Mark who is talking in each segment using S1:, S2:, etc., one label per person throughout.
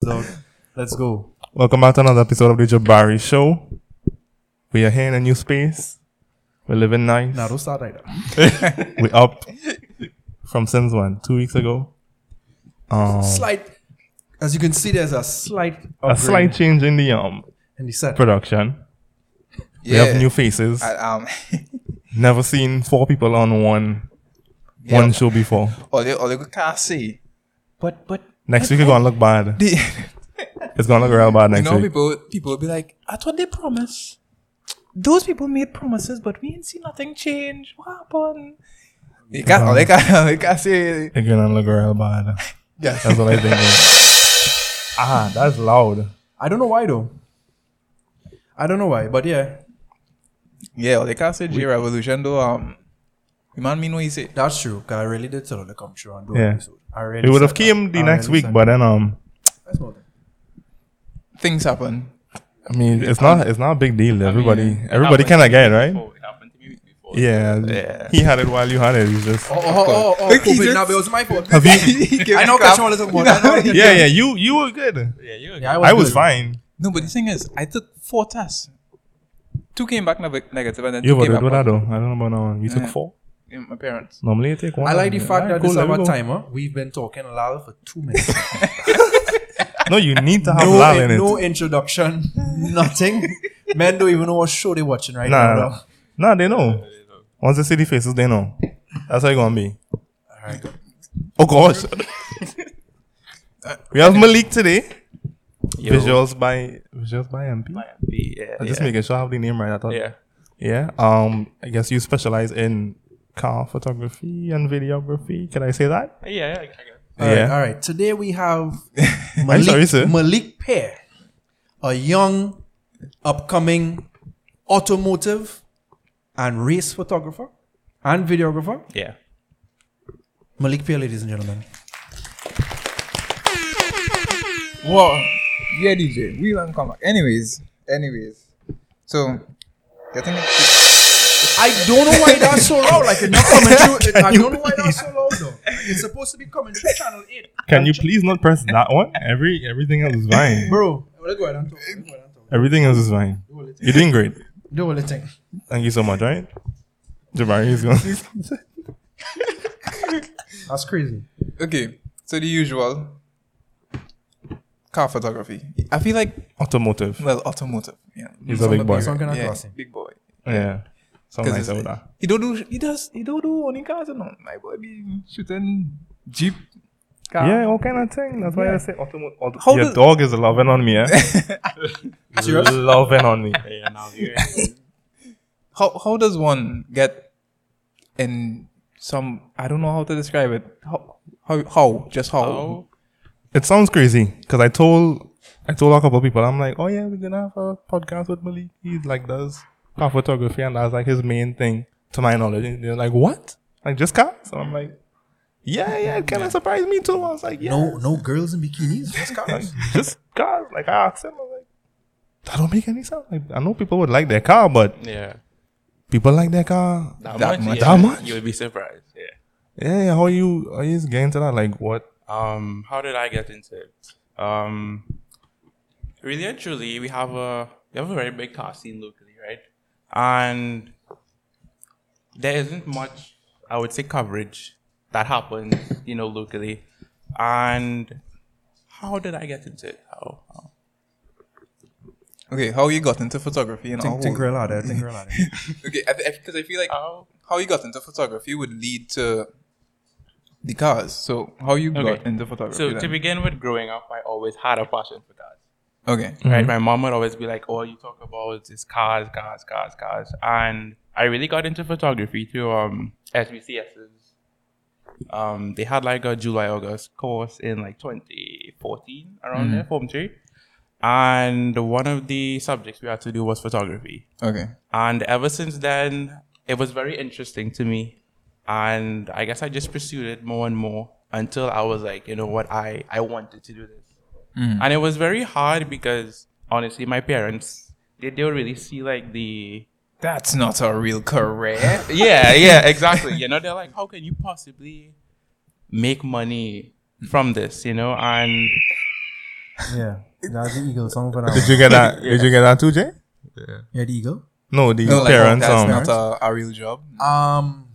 S1: dog. Let's go.
S2: Welcome back to another episode of the Jabari Show. We are here in a new space. We're living nice.
S1: Now don't start right now.
S2: We're up from since when? Two weeks ago. Um,
S1: Slight, as you can see, there's a slight
S2: a
S1: upgrade
S2: slight change in the um
S1: in the set.
S2: production.
S3: Yeah.
S2: We have new faces.
S3: I, um,
S2: Never seen four people on one one show before.
S3: or they, or they can't see.
S1: But but
S2: Next week it's gonna look bad.
S3: The,
S2: It's gonna look real bad
S3: you
S2: next
S3: know,
S2: week.
S3: people people will be like, "That's what they promised."
S1: those people made promises, but we ain't see nothing change. What happened?
S3: They can't.
S2: Um,
S3: or they can't. or They can't see.
S2: It's gonna look real bad.
S3: Yeah.
S2: That's what I think. ah, that's loud.
S1: I don't know why though. I don't know why, but yeah,
S3: Yeah. Or they can't see J Revolution though. Um, you man mean what you say?
S1: that's true. 'cause I really did tell her to come through and do an
S2: Yeah.
S1: episode. I really
S2: It would have
S1: said that.
S2: came the
S1: I
S2: next
S1: really
S2: week,
S1: said
S2: but then um
S1: that. That's nothing.
S3: Things happen.
S2: I mean, it's not it's not a big deal. Everybody everybody kind of get it, right?
S4: It happened to me before.
S2: Yeah,
S3: Yeah.
S2: He had it while you had it. He's just
S1: Oh oh oh oh!
S3: Look, he
S1: COVID,
S3: just-
S1: nah, but it was my fault.
S2: have you?
S1: I know
S3: Cash
S1: Cash wanted to talk about. I know-
S2: yeah, yeah. You you were good.
S4: Yeah, you
S1: Yeah,
S2: I was
S1: good.
S2: fine.
S3: No, but the thing is, I took four tests. Two came back neg- negative, and then
S2: You
S3: two
S2: were
S3: came
S2: good
S3: back
S2: with that
S3: positive.
S2: though. I don't know about now. You took
S3: Yeah.
S2: four.
S3: Yeah, My parents.
S2: Normally you take one.
S1: I like the fact
S2: Alright,
S1: that
S2: cool,
S1: this is
S2: there we
S1: our
S2: go.
S1: timer. We've been talking loud for two minutes.
S2: No, you need to have
S1: no,
S2: lal in it.
S1: no introduction, nothing. Men don't even know what show they're watching right
S2: nah,
S1: now.
S2: nah,
S1: though.
S2: nah. Nah, they know. Once they see the faces, they know. That's how you gonna be. Oh gosh. we have Malik today. Visuals by Visuals by MP.
S3: Yeah.
S2: I'm just
S3: yeah.
S2: making sure I have the name right. I thought.
S3: yeah.
S2: Yeah. Um. I guess you specialize in car photography and videography. Can I say that?
S4: Yeah, yeah, I, I got it.
S1: All right,
S2: yeah.
S1: all right. Today we have Malik,
S2: sorry, sir.
S1: Malik Pear, a young, upcoming automotive and race photographer and videographer.
S4: Yeah.
S1: Malik Pear, ladies and gentlemen.
S3: Well, yeah, DJ, we will come back. Anyways, anyways, so getting it.
S1: I don't know why that's so loud. Like, it's not commentary. I don't know why that's so loud, though. Like, it's supposed to be commentary channel 8.
S2: Can you please not press that one? Every everything else is fine.
S1: Bro, let's go ahead and talk. Let's go ahead and talk.
S2: Everything else is fine. You're doing great.
S1: Do all the thing.
S2: Thank you so much. Right? Jabari is going.
S1: That's crazy.
S3: Okay, so the usual car photography. I feel like
S2: Automotive.
S3: well, automotive. Yeah,
S2: He's a big boy.
S1: Some kind of
S3: yeah,
S1: crossing.
S3: big boy.
S2: Yeah. Something like
S3: it's-
S2: that.
S3: He don't do. He does. He don't do only cars. You know, my boy be shooting jeep. Car.
S2: Yeah, all kind of thing. That's why I say automotive.
S3: How
S2: Your
S3: does-
S2: dog is loving on me. Eh?
S1: Serious?
S2: loving on me.
S4: Yeah, now you
S3: How how does one get in some? I don't know how to describe it. How how, how just how?
S4: Oh,
S2: It sounds crazy because I told I told a couple of people I'm like, oh yeah, we're gonna have a podcast with Malik. He like does car photography and that's like his main thing, to my knowledge. And they're like, what? Like just cars? So I'm like, yeah, yeah, it kind of surprised me too. I was like, yeah,
S1: Oh, No, no girls in bikinis. Just
S2: like,
S1: cars.
S2: just cars. Like I asked him, I was like, that don't make any sense. Like I know people would like their car, but
S4: yeah.
S2: people like their car.
S4: That,
S3: That
S4: much.
S3: much.
S4: yeah.
S2: That much?
S4: You would be surprised. Yeah.
S2: Yeah, yeah, how you are you getting to that? Like what?
S4: Um, how did I get into it? Um, really and truly, we have a we have a very big car scene locally, right? And there isn't much, I would say, coverage that happens, you know, locally. And how did I get into it? How? how?
S3: Okay, how you got into photography and
S1: Think,
S3: how?
S1: think real hard. eh? Think real hard. eh?
S3: Okay, because I, because I feel like
S4: Oh.
S3: how you got into photography would lead to the cars. So how you got
S4: Okay.
S3: into photography?
S4: So
S3: then.
S4: to begin with, growing up, I always had a passion for cars.
S3: okay,
S4: Right, my mom would always be like, "All you talk about is cars, cars, cars, cars," and I really got into photography through um SBCS's. Um, they had like a July August course in like 2014 around there, form three, and one of the subjects we had to do was photography.
S3: okay,
S4: And ever since then, it was very interesting to me. And I guess I just pursued it more and more until I was like, you know what, I, I wanted to do this. And it was very hard because honestly, my parents, they, they don't really see like the.
S3: that's not a real career.
S4: Yeah, yeah, exactly. you know, they're like, how can you possibly make money from this, you know? And
S1: Yeah, that's the eagle song for that.
S2: Did
S1: One.
S2: you get that? Did you get that too, Jay?
S1: Yeah, the eagle.
S2: No, the
S3: No, like,
S2: parents.
S3: that's
S2: um,
S3: not a, a real job.
S1: Um,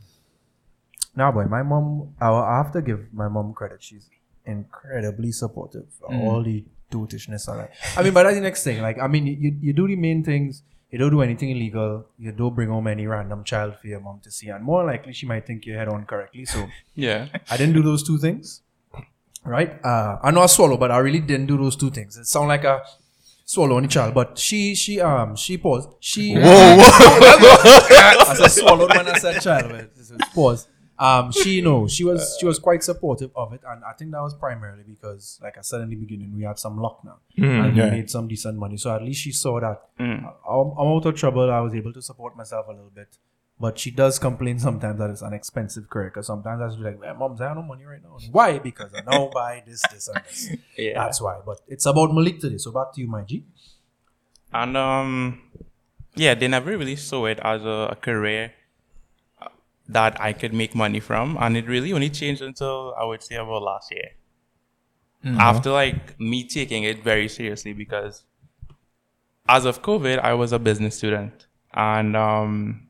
S1: now, boy, my mom. I will have to give my mom credit. She's incredibly supportive. of All the dotishness and that. I mean, but that's the next thing. Like, I mean, you you do the main things. You don't do anything illegal. You don't bring home any random child for your mom to see, and more likely she might think you head on correctly. So.
S4: Yeah.
S1: I didn't do those two things, right? Uh, I know I swallow, but I really didn't do those two things. It sound like a swallow on the child, but she, she, um, she paused. She, whoa, whoa, I said swallowed when I said child, but it was pause. Um, she, no, she was, she was quite supportive of it, and I think that was primarily because, like I said in the beginning, we had some luck now, and we made some decent money. So at least she saw that
S4: Mm.
S1: I'm, I'm out of trouble. I was able to support myself a little bit. But she does complain sometimes that it's an expensive career because sometimes I just be like, well, mom's, I have no money right now. Why? Because I now buy this, this, and this.
S4: Yeah.
S1: That's why. But it's about Malik today. So back to you, my G.
S4: And um, yeah, they never really saw it as a, a career uh, that I could make money from, and it really only changed until I would say about last year. After like me taking it very seriously because as of COVID, I was a business student, and um,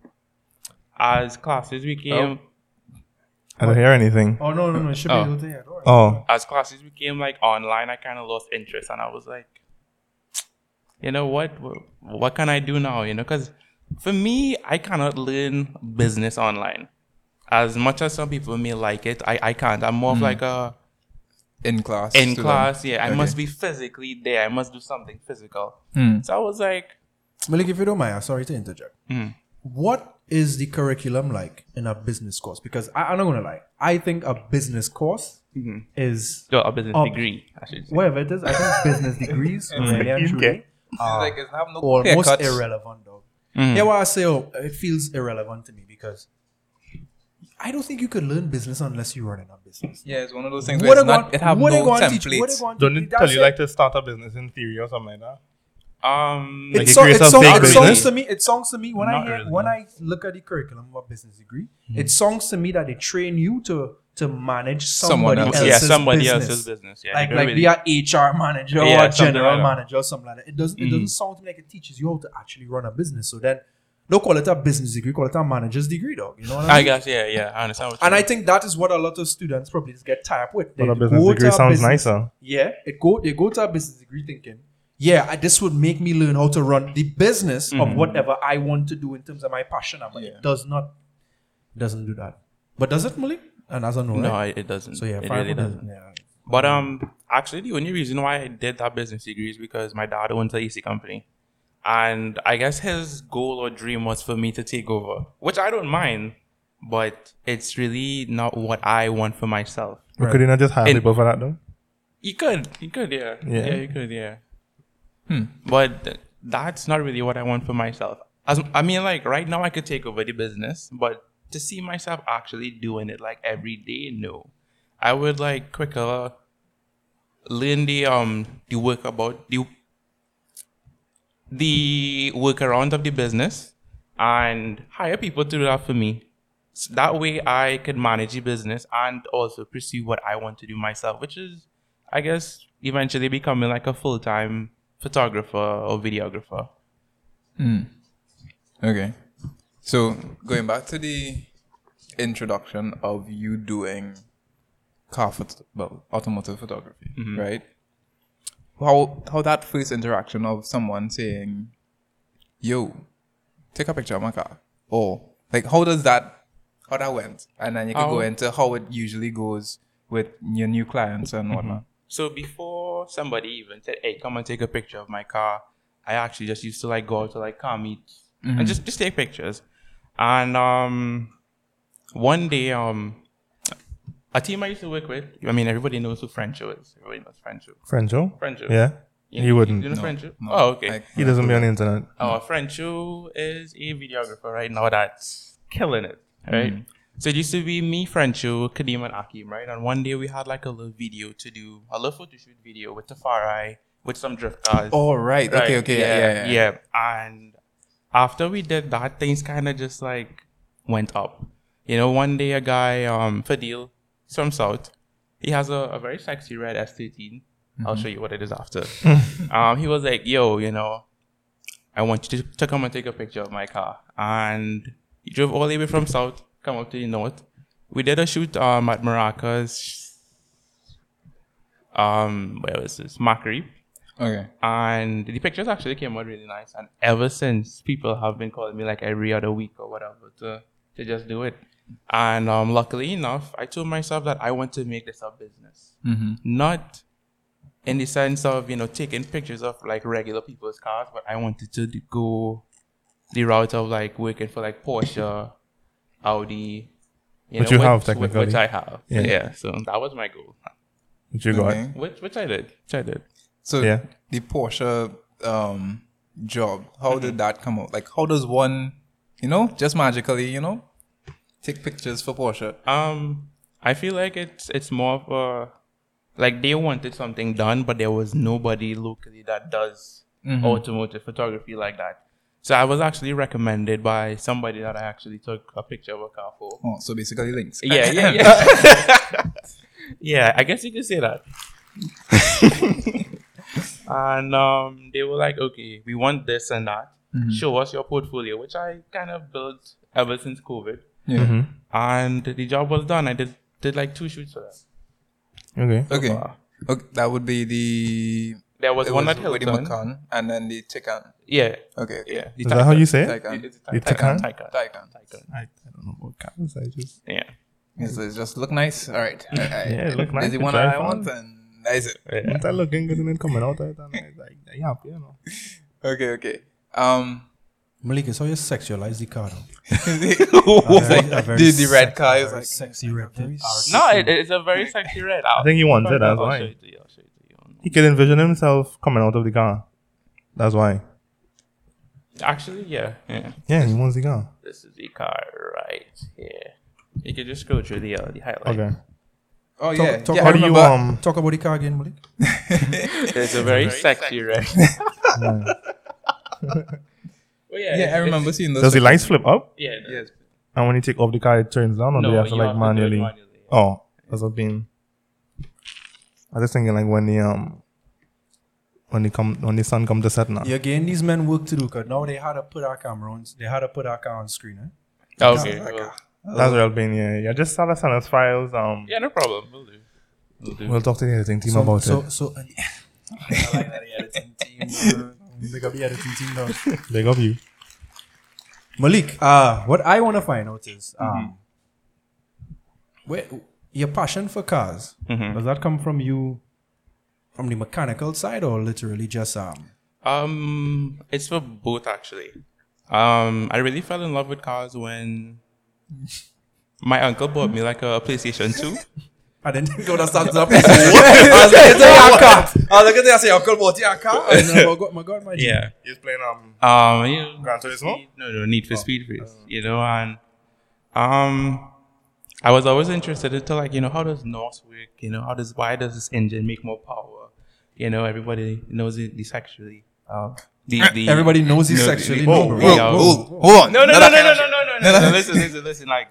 S4: as classes became
S2: I don't hear anything.
S1: Oh, no, no, no. It should
S4: Oh.
S1: be over there. Don't worry.
S2: Oh,
S4: as classes became like online, I kind of lost interest, and I was like, you know what? Wh- What can I do now? You know, because for me, I cannot learn business online. As much as some people may like it, I, I can't. I'm more of like a
S3: In class.
S4: in
S3: student.
S4: class. Yeah, I
S3: Okay.
S4: must be physically there. I must do something physical.
S3: Mm.
S4: So I was like,
S1: Malik, if you don't mind, I'm sorry to interject.
S3: Hmm.
S4: Mm.
S1: What is the curriculum like in a business course? Because I, I'm not going to lie. I think a business course
S3: Hmm.
S1: is
S4: no, a business
S1: Oh.
S4: degree. I should say.
S1: whatever it is. I think business degrees, really and truly, are
S3: like, it's have no clear
S1: almost
S3: cuts. Hmm.
S1: irrelevant, dog. Yeah, well, I say, oh, it feels irrelevant to me because I don't think you could learn business unless you run in a business.
S3: Yeah, it's one of those things where it's not, it have
S1: what
S3: no
S1: they gonna teach- what they
S3: templates.
S1: gonna
S2: don't
S1: teach-
S2: it tell
S1: that's
S2: you
S1: it.
S2: like to start a business in theory or something like that?
S4: Um,
S2: Like,
S1: it,
S2: you
S1: so,
S2: create
S1: it,
S2: some
S1: so,
S2: fake
S1: it
S2: business.
S1: sounds to me. It sounds to me when I
S4: Not
S1: hear,
S4: really,
S1: when
S4: no. Mm-hmm.
S1: I look at the curriculum of a business degree, it sounds to me that they train you to to manage
S3: Someone
S1: somebody
S3: else.
S1: else's
S4: yeah, somebody
S1: business.
S4: else's business. Yeah,
S1: like
S4: you don't
S1: like
S4: really-
S1: be a HR manager or
S4: Yeah,
S1: a
S4: something
S1: general
S4: like that. Mm.
S1: manager or something like that. It doesn't it doesn't sound to me like it teaches you how to actually run a business. So then don't call it a business degree, call it a manager's degree, dog. You know what I mean?
S4: I guess. Yeah, yeah. I understand. What you
S1: and I
S4: mean.
S1: think that is what a lot of students probably just get tied up with. They
S2: But a
S1: go
S2: business
S1: to
S2: degree
S1: a
S2: sounds
S1: business-
S2: nicer.
S1: Yeah, it go they go to a business degree thinking, yeah, I, this would make me learn how to run the business of whatever I want to do in terms of my passion. But it does not, doesn't do that. But does it, Malik? And as I know,
S4: no,
S1: right?
S4: it, it doesn't.
S1: so yeah,
S4: it
S1: five
S4: really doesn't.
S1: doesn't. Yeah.
S4: But um, actually, the only reason why I did that business degree is because my dad owns a AC company, and I guess his goal or dream was for me to take over, which I don't mind, but it's really not what I want for myself.
S2: But Could you not just hire
S4: In-
S2: people for that though?
S4: You could, you could, yeah,
S2: Yeah.
S4: yeah, you could, yeah. But th- that's not really what I want for myself. As I mean, like right now, I could take over the business, but to see myself actually doing it like every day, no. I would like quicker learn the um the work about the the workaround of the business and hire people to do that for me. So that way I could manage the business and also pursue what I want to do myself, which is I guess eventually becoming like a full time photographer or videographer.
S3: Okay. So going back to the introduction of you doing car phot- well, automotive photography,
S4: Mm-hmm.
S3: right? How how that first interaction of someone saying, "Yo, take a picture of my car," or like how does that how that went, and then you can go
S4: How-
S3: into how it usually goes with your new clients
S4: Mm-hmm.
S3: and whatnot.
S4: So before somebody even said, "Hey, come and take a picture of my car," I actually just used to like go out to like car meets and just just take pictures. And um, one day, um, a team I used to work with. I mean, everybody knows who Frencho is. Everybody knows Frencho.
S2: Frencho?
S4: Frencho.
S2: Yeah.
S4: You-
S2: He wouldn't.
S4: You know Frencho?
S3: No,
S4: oh, okay.
S3: like-
S2: He doesn't be on the internet.
S4: Our friend Chu is a videographer right now that's killing it, right? So it used to be me, Frenchu, Kadeem, and Akim, right? And one day we had like a little video to do, a little photo shoot video with Tafari, with some drift cars.
S3: Oh right,
S4: Right,
S3: okay, okay, yeah, yeah, yeah.
S4: yeah. And after we did that, things kind of just like went up. You know, one day a guy, um, Fadil, he's from South, he has a, a very sexy red S13, I'll
S3: Mm-hmm.
S4: show you what it is after. um, he was like, yo, you know, I want you to, to come and take a picture of my car. And he drove all the way from south, come up to the north. We did a shoot um, at Maracas. Um, where was this? Macri.
S3: Okay.
S4: And the pictures actually came out really nice. And ever since, people have been calling me like every other week or whatever to, to just do it. And um, luckily enough, I told myself that I want to make this a business.
S2: Mm-hmm.
S4: Not in the sense of, you know, taking pictures of like regular people's cars, but I wanted to d- go the route of like working for like Porsche, Audi. You
S2: Which you have
S4: which- which- Which
S2: technically.
S4: I have.
S2: Yeah.
S4: Yeah. So that was my goal.
S2: What you got?
S3: Okay.
S4: Which, which I did. Which I did.
S3: So
S2: Yeah.
S3: the Porsche um, job, how did that come out? Like, how does one, you know, just magically, you know, take pictures for Porsche?
S4: Um, I feel like it's it's more of a like they wanted something done, but there was nobody locally that does automotive photography like that. So I was actually recommended by somebody that I actually took a picture of a car for.
S3: Oh, so basically links.
S4: Yeah, yeah, yeah. yeah, I guess you could say that. and um, they were like, okay, we want this and that. Show us your portfolio, which I kind of built ever since COVID.
S3: Yeah.
S4: And the job was done. I did did like two shoots for that.
S2: Okay.
S3: Okay.
S4: Wow.
S3: okay. That would be the.
S4: There was
S3: it
S4: one
S3: was
S4: at
S3: with the
S4: Hilton.
S3: Macan and then the Taycan.
S4: Yeah,
S3: Okay. okay.
S4: yeah.
S2: Is that how you say it?
S3: Taycan.
S4: It's
S2: The Taycan?
S4: Taycan.
S3: Taycan.
S4: Taycan.
S2: I, I don't know what cars. I just
S4: Yeah.
S3: It's, it's just look nice. All right. I, I,
S2: Yeah, it look
S3: Is
S2: nice,
S3: the
S2: it's
S3: one
S2: very
S3: I
S2: fun.
S3: want and that is it.
S4: yeah.
S2: It's looking good and then coming out of it, and it's like, yeah, you know.
S3: Okay. Okay. Um.
S1: Malik, it's how you sexualize the car. though. a very
S3: the, the red
S1: sexy-
S3: car is
S1: very
S3: like
S1: sexy red.
S4: No, it, it's a very sexy red. I
S2: think he wants it, that's
S4: I'll
S2: why.
S4: Show it to you. I'll show it to you.
S2: He can envision himself coming out of the car. That's why.
S4: Actually, yeah, yeah.
S2: Yeah, he wants the car.
S4: This is the car right here. You can just scroll through the uh, the highlight.
S2: Okay.
S3: Oh
S1: Talk,
S3: yeah.
S1: talk,
S3: yeah,
S2: How
S3: I
S2: do you
S3: remember.
S2: um?
S1: talk about the car again, Malik.
S4: It's a very, sexy, red. well, yeah,
S3: Yeah, I
S4: it's-
S3: remember seeing those.
S2: Does the lights flip up?
S4: Yeah, no,
S3: Yes.
S2: And when you take off the car, it turns down, or
S4: no,
S2: do you have to like
S4: do it
S2: manually? Oh, that's what being. I was thinking like when the um, when they come when the sun come to set now.
S1: Yeah, again, these men work to do. Cause now they had to put our camera on. They had to put our car on screen. Eh?
S4: Okay. well,
S2: That's what I've been. Yeah, yeah. Just send us send us files. Um,
S4: yeah, no problem. We'll do. We'll do.
S2: we'll talk to the editing team
S1: So,
S2: about
S1: so,
S2: it.
S1: so, I like that editing team. Big up the editing team now.
S2: Big of you.
S1: Malik, uh, what I want to find out is um,
S4: Mm-hmm.
S1: where your passion for cars does that come from you from the mechanical side or literally just um
S4: Um, it's for both actually. Um, I really fell in love with cars when my uncle bought me like a PlayStation Two.
S1: I didn't go to stand up. I was like, "Get your car." I was like, "Get your uncle bought your car." And then, my God, my God, my G.
S4: yeah.
S2: He's playing um.
S4: Um, you know,
S2: Gran Turismo?
S4: No, no, Need for Speed, race, you know, and um, I was always interested into like, you know, how does Norse work? You know, how does why does this engine make more power? You know, everybody knows it the sexually. Um, the, the
S1: Everybody knows he's
S4: No,
S1: sexually.
S4: the-
S1: no,
S4: oh,
S1: bro.
S4: oh,
S3: Whoa,
S4: Yeah.
S3: whoa, Hold on.
S4: No, no,
S3: Not that
S4: no, no, no,
S3: kind
S4: no,
S3: of
S4: no, no, no. Listen, listen, listen. Like,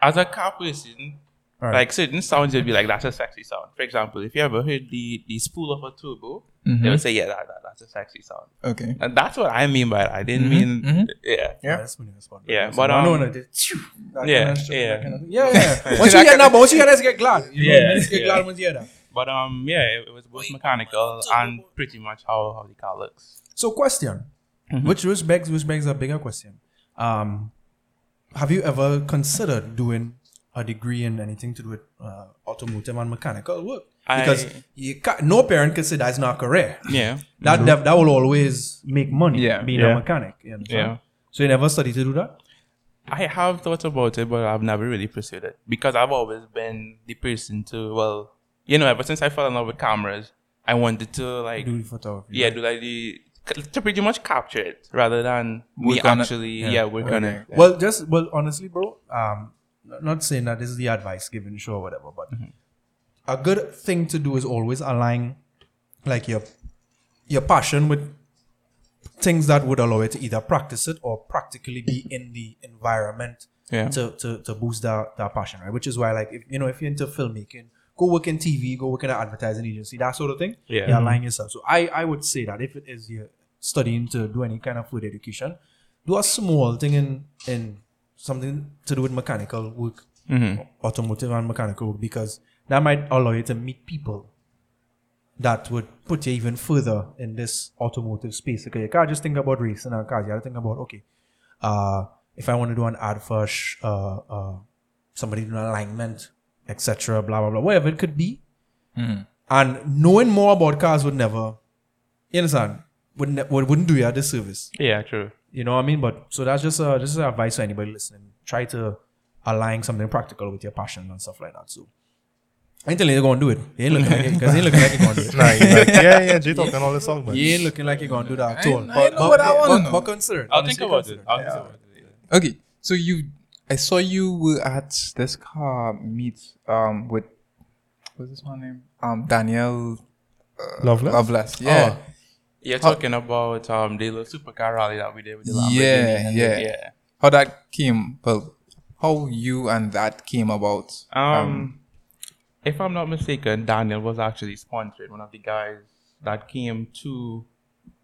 S4: as a car person,
S1: Alright.
S4: like certain sounds you'll be like, that's a sexy sound. For example, if you ever heard the the spool of a turbo, they will say, yeah, that, that, that's a sexy sound.
S3: shit. Okay.
S4: And that's what I mean by that. I didn't mean, yeah,
S1: Yeah, that's when he was born.
S4: Yeah,
S1: So
S4: but,
S1: I know
S4: um,
S1: when I did. Phew, that
S4: yeah,
S1: kind of shit,
S4: yeah.
S1: that kind of thing. yeah, yeah. Once you hear that, once you hear that, get glad. You
S4: Yeah,
S1: know, just get
S4: yeah.
S1: glad once you hear that.
S4: But um, yeah, it, it was both mechanical and pretty much how how the car looks.
S1: So question,
S4: Mm-hmm.
S1: which which begs which begs a bigger question. Um, have you ever considered doing a degree in anything to do with uh, automotive and mechanical work? Because
S4: I-
S1: you ca no parent can say that's not a career.
S4: Yeah, Mm-hmm.
S1: That def- that will always make money.
S3: Yeah.
S1: being a
S2: Yeah.
S1: mechanic. You understand?
S4: Yeah.
S1: So you never study to do that.
S4: I have thought about it, but I've never really pursued it because I've always been the person to well, you know, ever since I fell in love with cameras, I wanted to like
S1: Do photography.
S4: yeah, do like the to pretty much capture it rather than me
S3: Work on it.
S4: actually
S3: Yeah.
S4: yeah, work on
S3: Okay.
S4: it.
S1: Well, just well, honestly, bro. Um, n- not saying that this is the advice given, sure, or whatever, but a good thing to do is always align, like your your passion with things that would allow you to either practice it or practically be in the environment
S4: Yeah.
S1: to, to to boost that that passion, right? Which is why, like, if you know, if you're into filmmaking, go work in TV, go work in an advertising agency, that sort of thing.
S4: Yeah.
S1: You're aligning yourself. So I, I would say that if it is you're studying to do any kind of food education, do a small thing in in something to do with mechanical work,
S4: Mm-hmm.
S1: automotive and mechanical work, because that might allow you to meet people that would put you even further in this automotive space. Okay, you can't just think about racing and cars. You have to think about okay, uh, if I want to do an ad for sh- uh, uh, somebody doing alignment, etc., blah blah blah, whatever it could be. And knowing more about cars would never, you understand, would ne- would wouldn't do you a disservice.
S4: Yeah, true.
S1: You know what I mean? But so that's just uh just advice to anybody listening. Try to align something practical with your passion and stuff like that. So. I ain't telling you you're gonna do it. You ain't looking like it, 'cause you ain't looking like you're gonna do it.
S2: Nah, he's like, yeah, yeah, Jay talking all this stuff, but
S1: You ain't looking like you're gonna do that at all.
S3: I know what I wanna
S1: but-
S3: know.
S1: But consider.
S4: I'll think about it. I'll think about it. later.
S3: Okay, so you, I saw you were at this car meet um with, what's this one name? Um, Daniel
S2: Loveless.
S3: Loveless. Yeah,
S1: Oh.
S4: You're talking about um the little supercar rally that we did with the Lamborghini.
S3: yeah,
S4: and the-
S3: yeah,
S4: yeah.
S3: How that came? Well, how you and that came about?
S4: Um, if I'm not mistaken, Daniel was actually sponsored. One of the guys that came to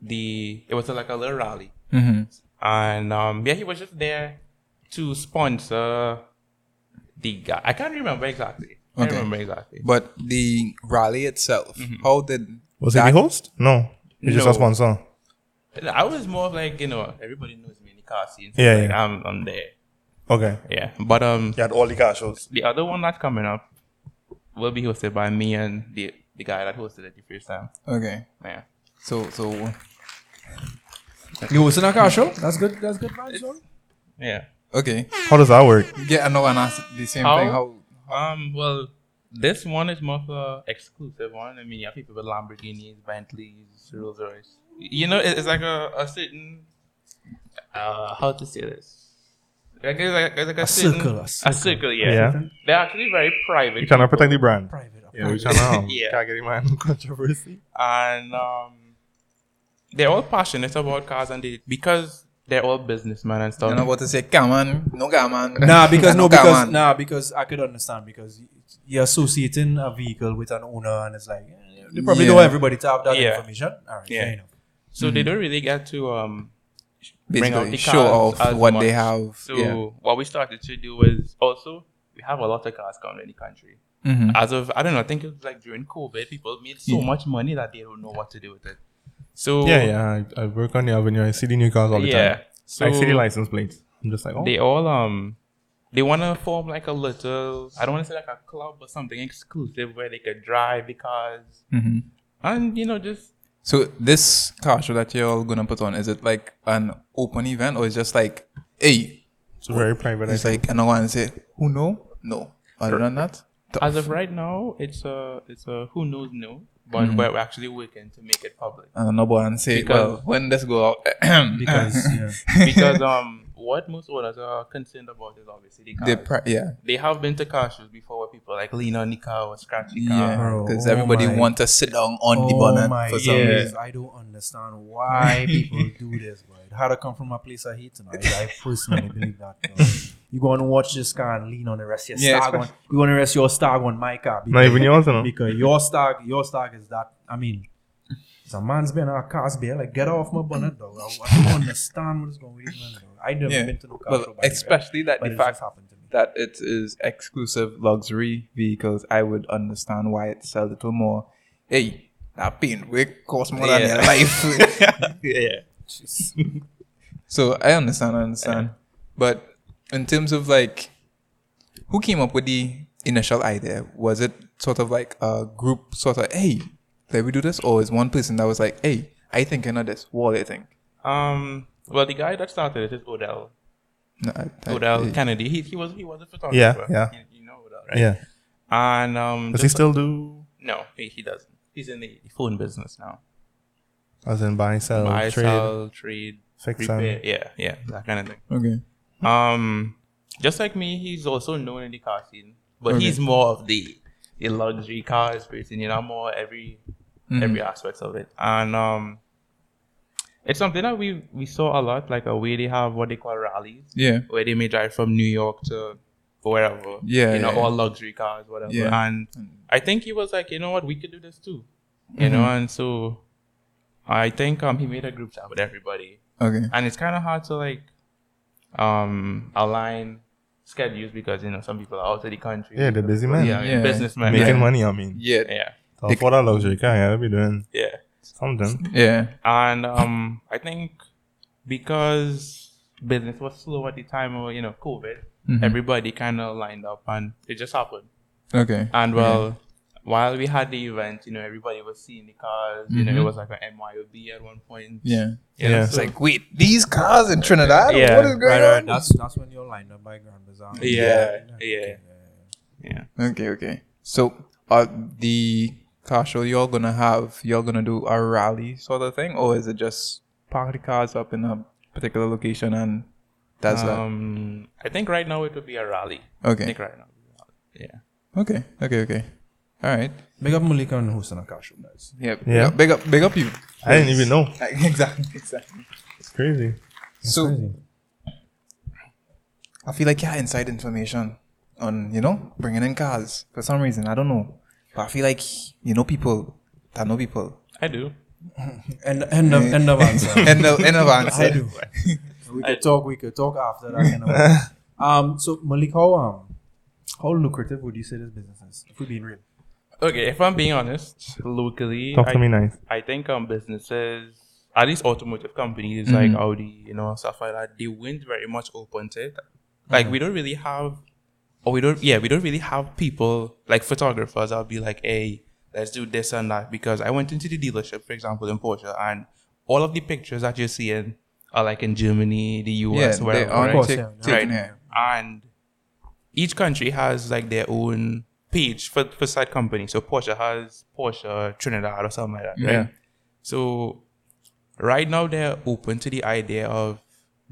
S4: the it was like a little rally, and um, yeah, he was just there to sponsor the guy. I can't remember exactly. I can't
S3: Okay.
S4: remember exactly.
S3: But the rally itself,
S1: Mm-hmm.
S3: how did
S2: was he the host? No, he's just
S4: No.
S2: a sponsor.
S4: I was more of like you know everybody knows me in the car scene. so
S2: Yeah,
S4: like,
S2: yeah.
S4: I'm I'm there.
S2: Okay,
S4: Yeah, but um,
S2: he had all the car shows.
S4: the other one that's coming up will be hosted by me and the the guy that hosted it the first time.
S3: Okay,
S4: Yeah.
S3: so so
S1: You was in a car show? That's good. That's good vibes, man.
S4: Yeah.
S3: okay,
S2: How does that work?
S3: yeah, I know, and ask the same
S4: How?
S3: thing. How?
S4: Um, well, this one is more of a exclusive one. I mean, you have people with Lamborghinis, Bentleys, Rolls Royce. You know, it- it's like a, a certain. Uh, how to say this? Like, it's like, it's like a,
S1: A
S4: certain-
S1: circle, a
S4: A
S1: circle.
S4: circle, yeah.
S2: Yeah,
S4: They're actually very private.
S2: you trying to protect the brand.
S1: Private. a
S2: Yeah, we
S1: private.
S2: trying to um,
S4: Yeah.
S2: can't get him in controversy.
S4: and um, they're all passionate about cars and they, because they're all businessmen and stuff.
S3: You know what to say? Come on, no come on.
S1: Nah, because no,
S3: come
S1: because
S3: on.
S1: nah, because I could understand because you're associating a vehicle with an owner, and it's like eh, they probably
S3: Yeah.
S1: know everybody to have that
S4: Yeah.
S1: information. All right,
S4: Yeah.
S1: fair enough.
S4: so
S1: Mm-hmm.
S4: they don't really get to um, bring
S3: basically
S4: out the
S3: show
S4: cars
S3: off
S4: as
S3: what
S4: much.
S3: they have.
S4: So
S3: yeah.
S4: what we started to do is also we have a lot of cars coming in the country.
S3: Mm-hmm.
S4: As of I don't know, I think it was like during COVID, people made so much money that they don't know what to do with it. So
S2: Yeah, yeah. I, I work on the avenue. I see the new cars all the
S4: yeah.
S2: time.
S4: So
S2: I see the license plates. I'm just like, oh,
S4: they all um they want to form like a little I don't want to say like a club or something exclusive where they could drive the cars
S3: Mm-hmm.
S4: and you know just
S3: So this car show that you're all gonna put on, is it like an open event or is just like, hey,
S2: it's very private. I
S3: it's
S2: think.
S3: like and I want to say, who know? No. Other than that, tough.
S4: as of right now it's a it's a who knows no, but
S3: Mm-hmm.
S4: we're we're actually working to make it public.
S3: and another one say,
S4: Because-
S3: well, when this go out,
S1: Because yeah.
S4: because um, what most owners are concerned about is obviously the cars.
S3: they pri- yeah,
S4: they have been to car shows before where people like lean on the car or scratch the car.
S3: yeah,
S1: bro,
S3: because
S1: oh
S3: everybody
S1: my-
S3: want to sit down on the
S1: oh
S3: bonnet
S1: my
S3: for some
S1: days,
S3: reason.
S1: I don't understand why people do this, bro. It had to come from a place I hate tonight. I personally believe that. Bro. You go and watch this car and lean on the rest of your
S3: Yeah,
S1: stag on. You want to rest your stag on my car because,
S2: Not even yours, you know.
S1: because your stag, your stag is that. I mean, it's a man's beer and a car's beer. Like, get off my bonnet, dog. I, I don't understand what is going on. with this man, dog. I never
S3: Yeah,
S1: been to no car show,
S3: but
S1: by the way,
S3: especially that
S1: but
S3: the
S1: it
S3: fact
S1: just happened to me.
S3: that it is exclusive luxury vehicles, I would understand why it's a little more. Hey, that paint work costs more than your life.
S4: yeah.
S3: so I understand, I understand. But in terms of like, who came up with the initial idea? Was it sort of like a group, sort of, hey, let we do this? Or is one person that was like, hey, I think I know this, what do you think?
S4: Um. Well, the guy that started it is Odell.
S3: No, I, I-
S4: Odell
S3: eh,
S4: Kennedy. He, he was he was a photographer.
S2: yeah.
S4: You, you know Odell, right?
S2: yeah.
S4: And um.
S2: Does he
S4: just-
S2: still do?
S4: No, he, he doesn't. He's in the phone business now.
S2: As in buy, sell,
S4: Buy,
S2: trade.
S4: sell, trade,
S2: fix and-
S4: repair. Yeah, yeah, that kind of thing.
S3: Okay.
S4: Um, just like me, he's also known in the car scene, but he's more of the the luxury cars person. You know, more every
S3: Mm-hmm.
S4: every aspects of it, and um, it's something that we uh, we saw a lot. Like a way they have what they call rallies,
S3: Yeah.
S4: where they may drive from New York to or wherever.
S3: Yeah,
S4: You know,
S3: yeah,
S4: all luxury cars, whatever.
S3: Yeah.
S4: And I think he was like, you know what, we could do this too. You know,
S3: Mm-hmm.
S4: and so I think um he made a group chat with everybody.
S3: Okay.
S4: And it's kinda hard to like um align schedules because you know some people are out of the country.
S2: Yeah, they're busy men.
S4: Yeah,
S3: Yeah.
S4: businessmen.
S2: Making
S4: yeah.
S2: money, I mean.
S3: Yeah.
S4: Yeah.
S2: So for that luxury car, yeah, they'll be doing
S4: Yeah.
S2: something.
S3: Yeah.
S4: And um, I think because business was slow at the time of you know COVID, everybody kind of lined up and it just happened.
S3: Okay.
S4: And well, while we had the event, you know, everybody was seeing the cars. You know, it was like an MYOB at one point.
S3: Yeah.
S4: You know,
S2: Yeah.
S4: so-
S3: Like, wait, these cars in Trinidad?
S4: Yeah.
S3: What is going
S1: Right, right.
S3: on?
S1: uh, That's that's when you're lined up by Grand Bazaar.
S4: yeah, yeah, yeah.
S3: Okay, okay. So, are the car show you're gonna have, you're gonna do a rally sort of thing, or is it just park the cars up in a particular location and that's
S4: Um, I think right now it would be a rally.
S3: that?
S4: I
S3: Okay.
S4: think right now, yeah.
S3: Okay. Okay. Okay. All right.
S1: Big up Malika and hosting a cash guys.
S3: Yep.
S2: Yeah.
S3: Big up. Big up you.
S2: I didn't even know.
S3: exactly. Exactly.
S2: It's crazy.
S3: So, I feel like you had inside information on you know bringing in cars for some reason. I don't know, but I feel like you know people that know people.
S4: I do.
S1: End end of end of answer.
S3: End of, end of answer.
S1: I do. we could talk. We could talk after that. You know. um. So Malik, how um, how lucrative would you say this business is? If we're being real.
S4: Okay, if I'm being honest, locally,
S2: Talk to
S4: I-
S2: me nice.
S4: I think um businesses, at least automotive companies
S3: Mm-hmm.
S4: like Audi, you know, stuff like that, they weren't very much open to it.
S3: Mm.
S4: Like we don't really have, or we don't, yeah, we don't really have people like photographers. I'll be like, hey, let's do this and that because I went into the dealership, for example, in Porsche, and all of the pictures that you're seeing are like in Germany, the
S3: Yeah,
S4: US,
S3: they
S4: wherever.
S3: are
S4: right?
S1: course,
S3: take-
S1: yeah.
S3: taken
S4: Right.
S3: here.
S4: and each country has like their own page for for side company. So Porsche has Porsche Trinidad or something like that, right?
S3: Yeah.
S4: So right now they're open to the idea of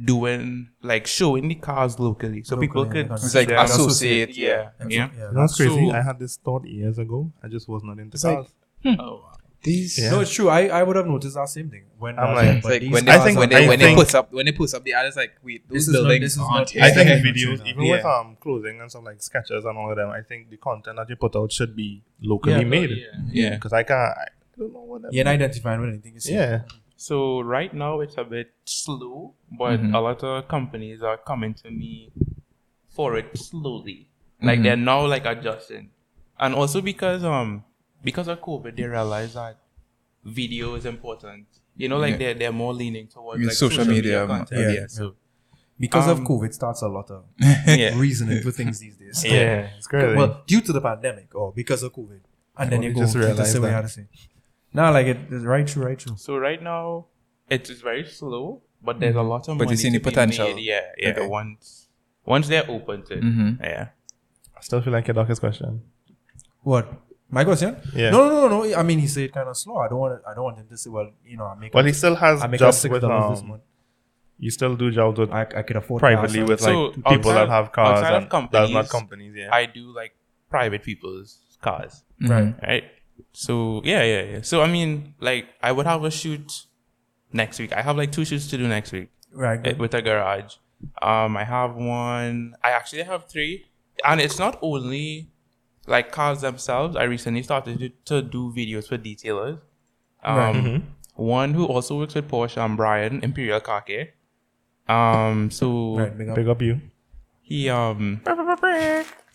S4: doing like showing the cars locally, so people
S1: Locally,
S4: could
S1: yeah.
S3: It's like
S4: Yeah.
S3: associate.
S4: yeah, yeah.
S2: You know, it's crazy.
S4: So-
S2: I had this thought years ago. I just was not into
S1: like-
S2: cars.
S4: Oh, wow.
S3: These.
S2: Yeah.
S1: No, it's true. I, I would have noticed that same thing when
S2: I'm
S1: uh,
S2: like-
S1: but
S3: It's like
S1: these
S3: when they,
S2: I
S1: cars
S2: think-
S1: are
S3: when they,
S2: I
S3: when they
S2: think-
S3: put up when they put up the others like wait
S1: This
S3: those
S1: is not-
S3: buildings
S1: this is
S3: aren't
S1: not-
S3: here.
S2: I think
S1: Yeah.
S2: videos, even with
S4: Yeah.
S2: um clothing and stuff like sketches and all of them, I think the content that you put out should be locally
S4: Yeah,
S2: made.
S4: yeah.
S2: Because I can't, I don't know what. that-
S1: you're not identifying with anything. You see.
S2: yeah.
S4: So right now it's a bit slow, but
S3: Mm-hmm.
S4: a lot of companies are coming to me for it slowly. Like
S3: Mm-hmm.
S4: they're now like adjusting, and also because um because of COVID, they realize that video is important. You know, like
S3: Yeah.
S4: they're they're more leaning towards
S3: Yeah,
S4: like
S3: social
S4: social,
S3: media,
S4: media, content.
S1: yeah.
S4: Yeah. So
S1: Because of
S4: Um,
S1: COVID, starts a lot of
S4: yeah.
S1: reasoning for things these days.
S4: Yeah.
S2: It's crazy.
S1: Well, due to the pandemic or because of COVID, and then
S2: Well,
S1: you
S2: you
S1: go
S2: just
S1: you just
S2: realize
S1: say what you
S2: that.
S1: had to say. Nah, like it, it's right true, right true.
S4: So right now it is very slow, but there's a lot of
S3: Mm-hmm. But you
S4: money
S3: see
S4: to
S3: the
S4: be
S3: potential.
S4: made. Yeah, yeah.
S3: Okay.
S4: Once once they're open to, it.
S3: Mhm.
S4: yeah.
S2: I still feel like your darkest question.
S1: What? My question?
S2: Yeah.
S1: No, no, no, no. I mean, he said kind of slow. I don't want. I don't want him to say, well, you know, I make.
S2: Well, he still has
S1: I make up
S2: jobs
S1: six
S2: with
S1: dollars this
S2: um,
S1: month.
S2: You still do jobs with
S1: I, I could afford
S2: privately
S1: cars.
S2: with
S4: So,
S2: like people
S4: outside
S2: that
S4: of-
S2: have cars
S4: outside of
S2: and that's not
S4: companies,
S2: companies. Yeah.
S4: I do like private people's cars.
S2: Mm.
S1: right.
S4: right? So yeah, yeah, yeah. So I mean, like, I would have a shoot next week. I have like two shoots to do next week
S1: Right.
S4: eh, with a garage. Um, I have one. I actually have three, and it's not only like cars themselves. I recently started to, to do videos for detailers. Um, one who also works with Porsche, um, Brian Imperial Car Care. Um, so
S1: Right. Big up.
S2: Pick up you.
S4: he um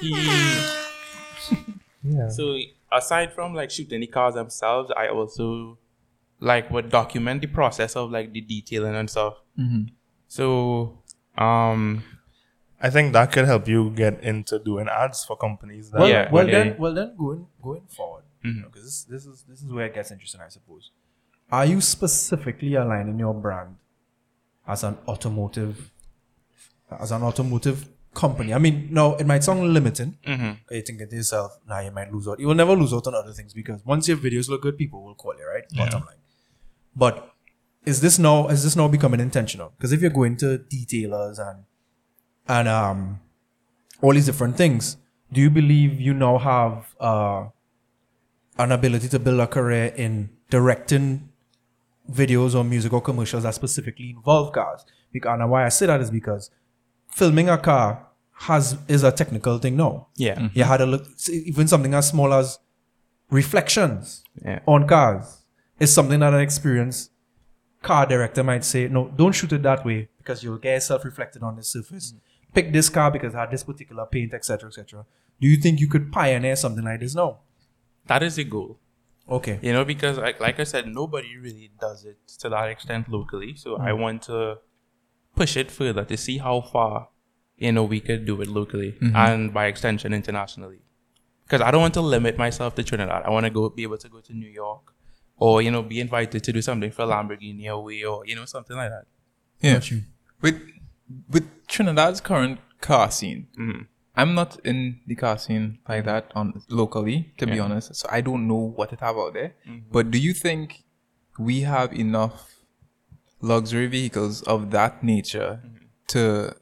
S4: he
S2: Yeah.
S4: so aside from like shooting the cars themselves i also like would document the process of like the detailing and stuff so um
S2: I think that could help you get into doing ads for companies. That
S1: Well,
S4: Yeah,
S1: well
S4: okay.
S1: then, well then, going going forward, because
S4: Mhm.
S1: this this is this is where it gets interesting, I suppose. Are you specifically aligning your brand as an automotive as an automotive company? I mean, no, it might sound limiting.
S4: Mm-hmm.
S1: You think to yourself, nah, you might lose out. You will never lose out on other things because once your videos look good, people will call you, right? Bottom line. But is this now is this now becoming intentional? Because if you're going to detailers and and um all these different things. Do you believe you now have uh, an ability to build a career in directing videos or music or commercials that specifically involve cars? Because, and why I say that is because filming a car has is a technical thing now.
S4: Yeah.
S1: You had a look see, even something as small as reflections
S4: Yeah.
S1: on cars is something that an experienced car director might say, no, don't shoot it that way because you'll get yourself reflected on the surface.
S4: Mm.
S1: Pick this car because it had this particular paint, etc., etc. Do you think you could pioneer something like this now?
S4: That is the goal.
S1: Okay.
S4: You know, because like, like I said, nobody really does it to that extent locally. So
S1: Mm.
S4: I want to push it further to see how far, you know, we could do it locally
S1: Mm-hmm.
S4: and by extension internationally. Because I don't want to limit myself to Trinidad. I want to go be able to go to New York or, you know, be invited to do something for Lamborghini away or, you know, something like that.
S3: Yeah. With with Trinidad's current car scene, I'm not in the car scene like that on locally, to be honest. So I don't know what it have out there. But do you think we have enough luxury vehicles of that nature to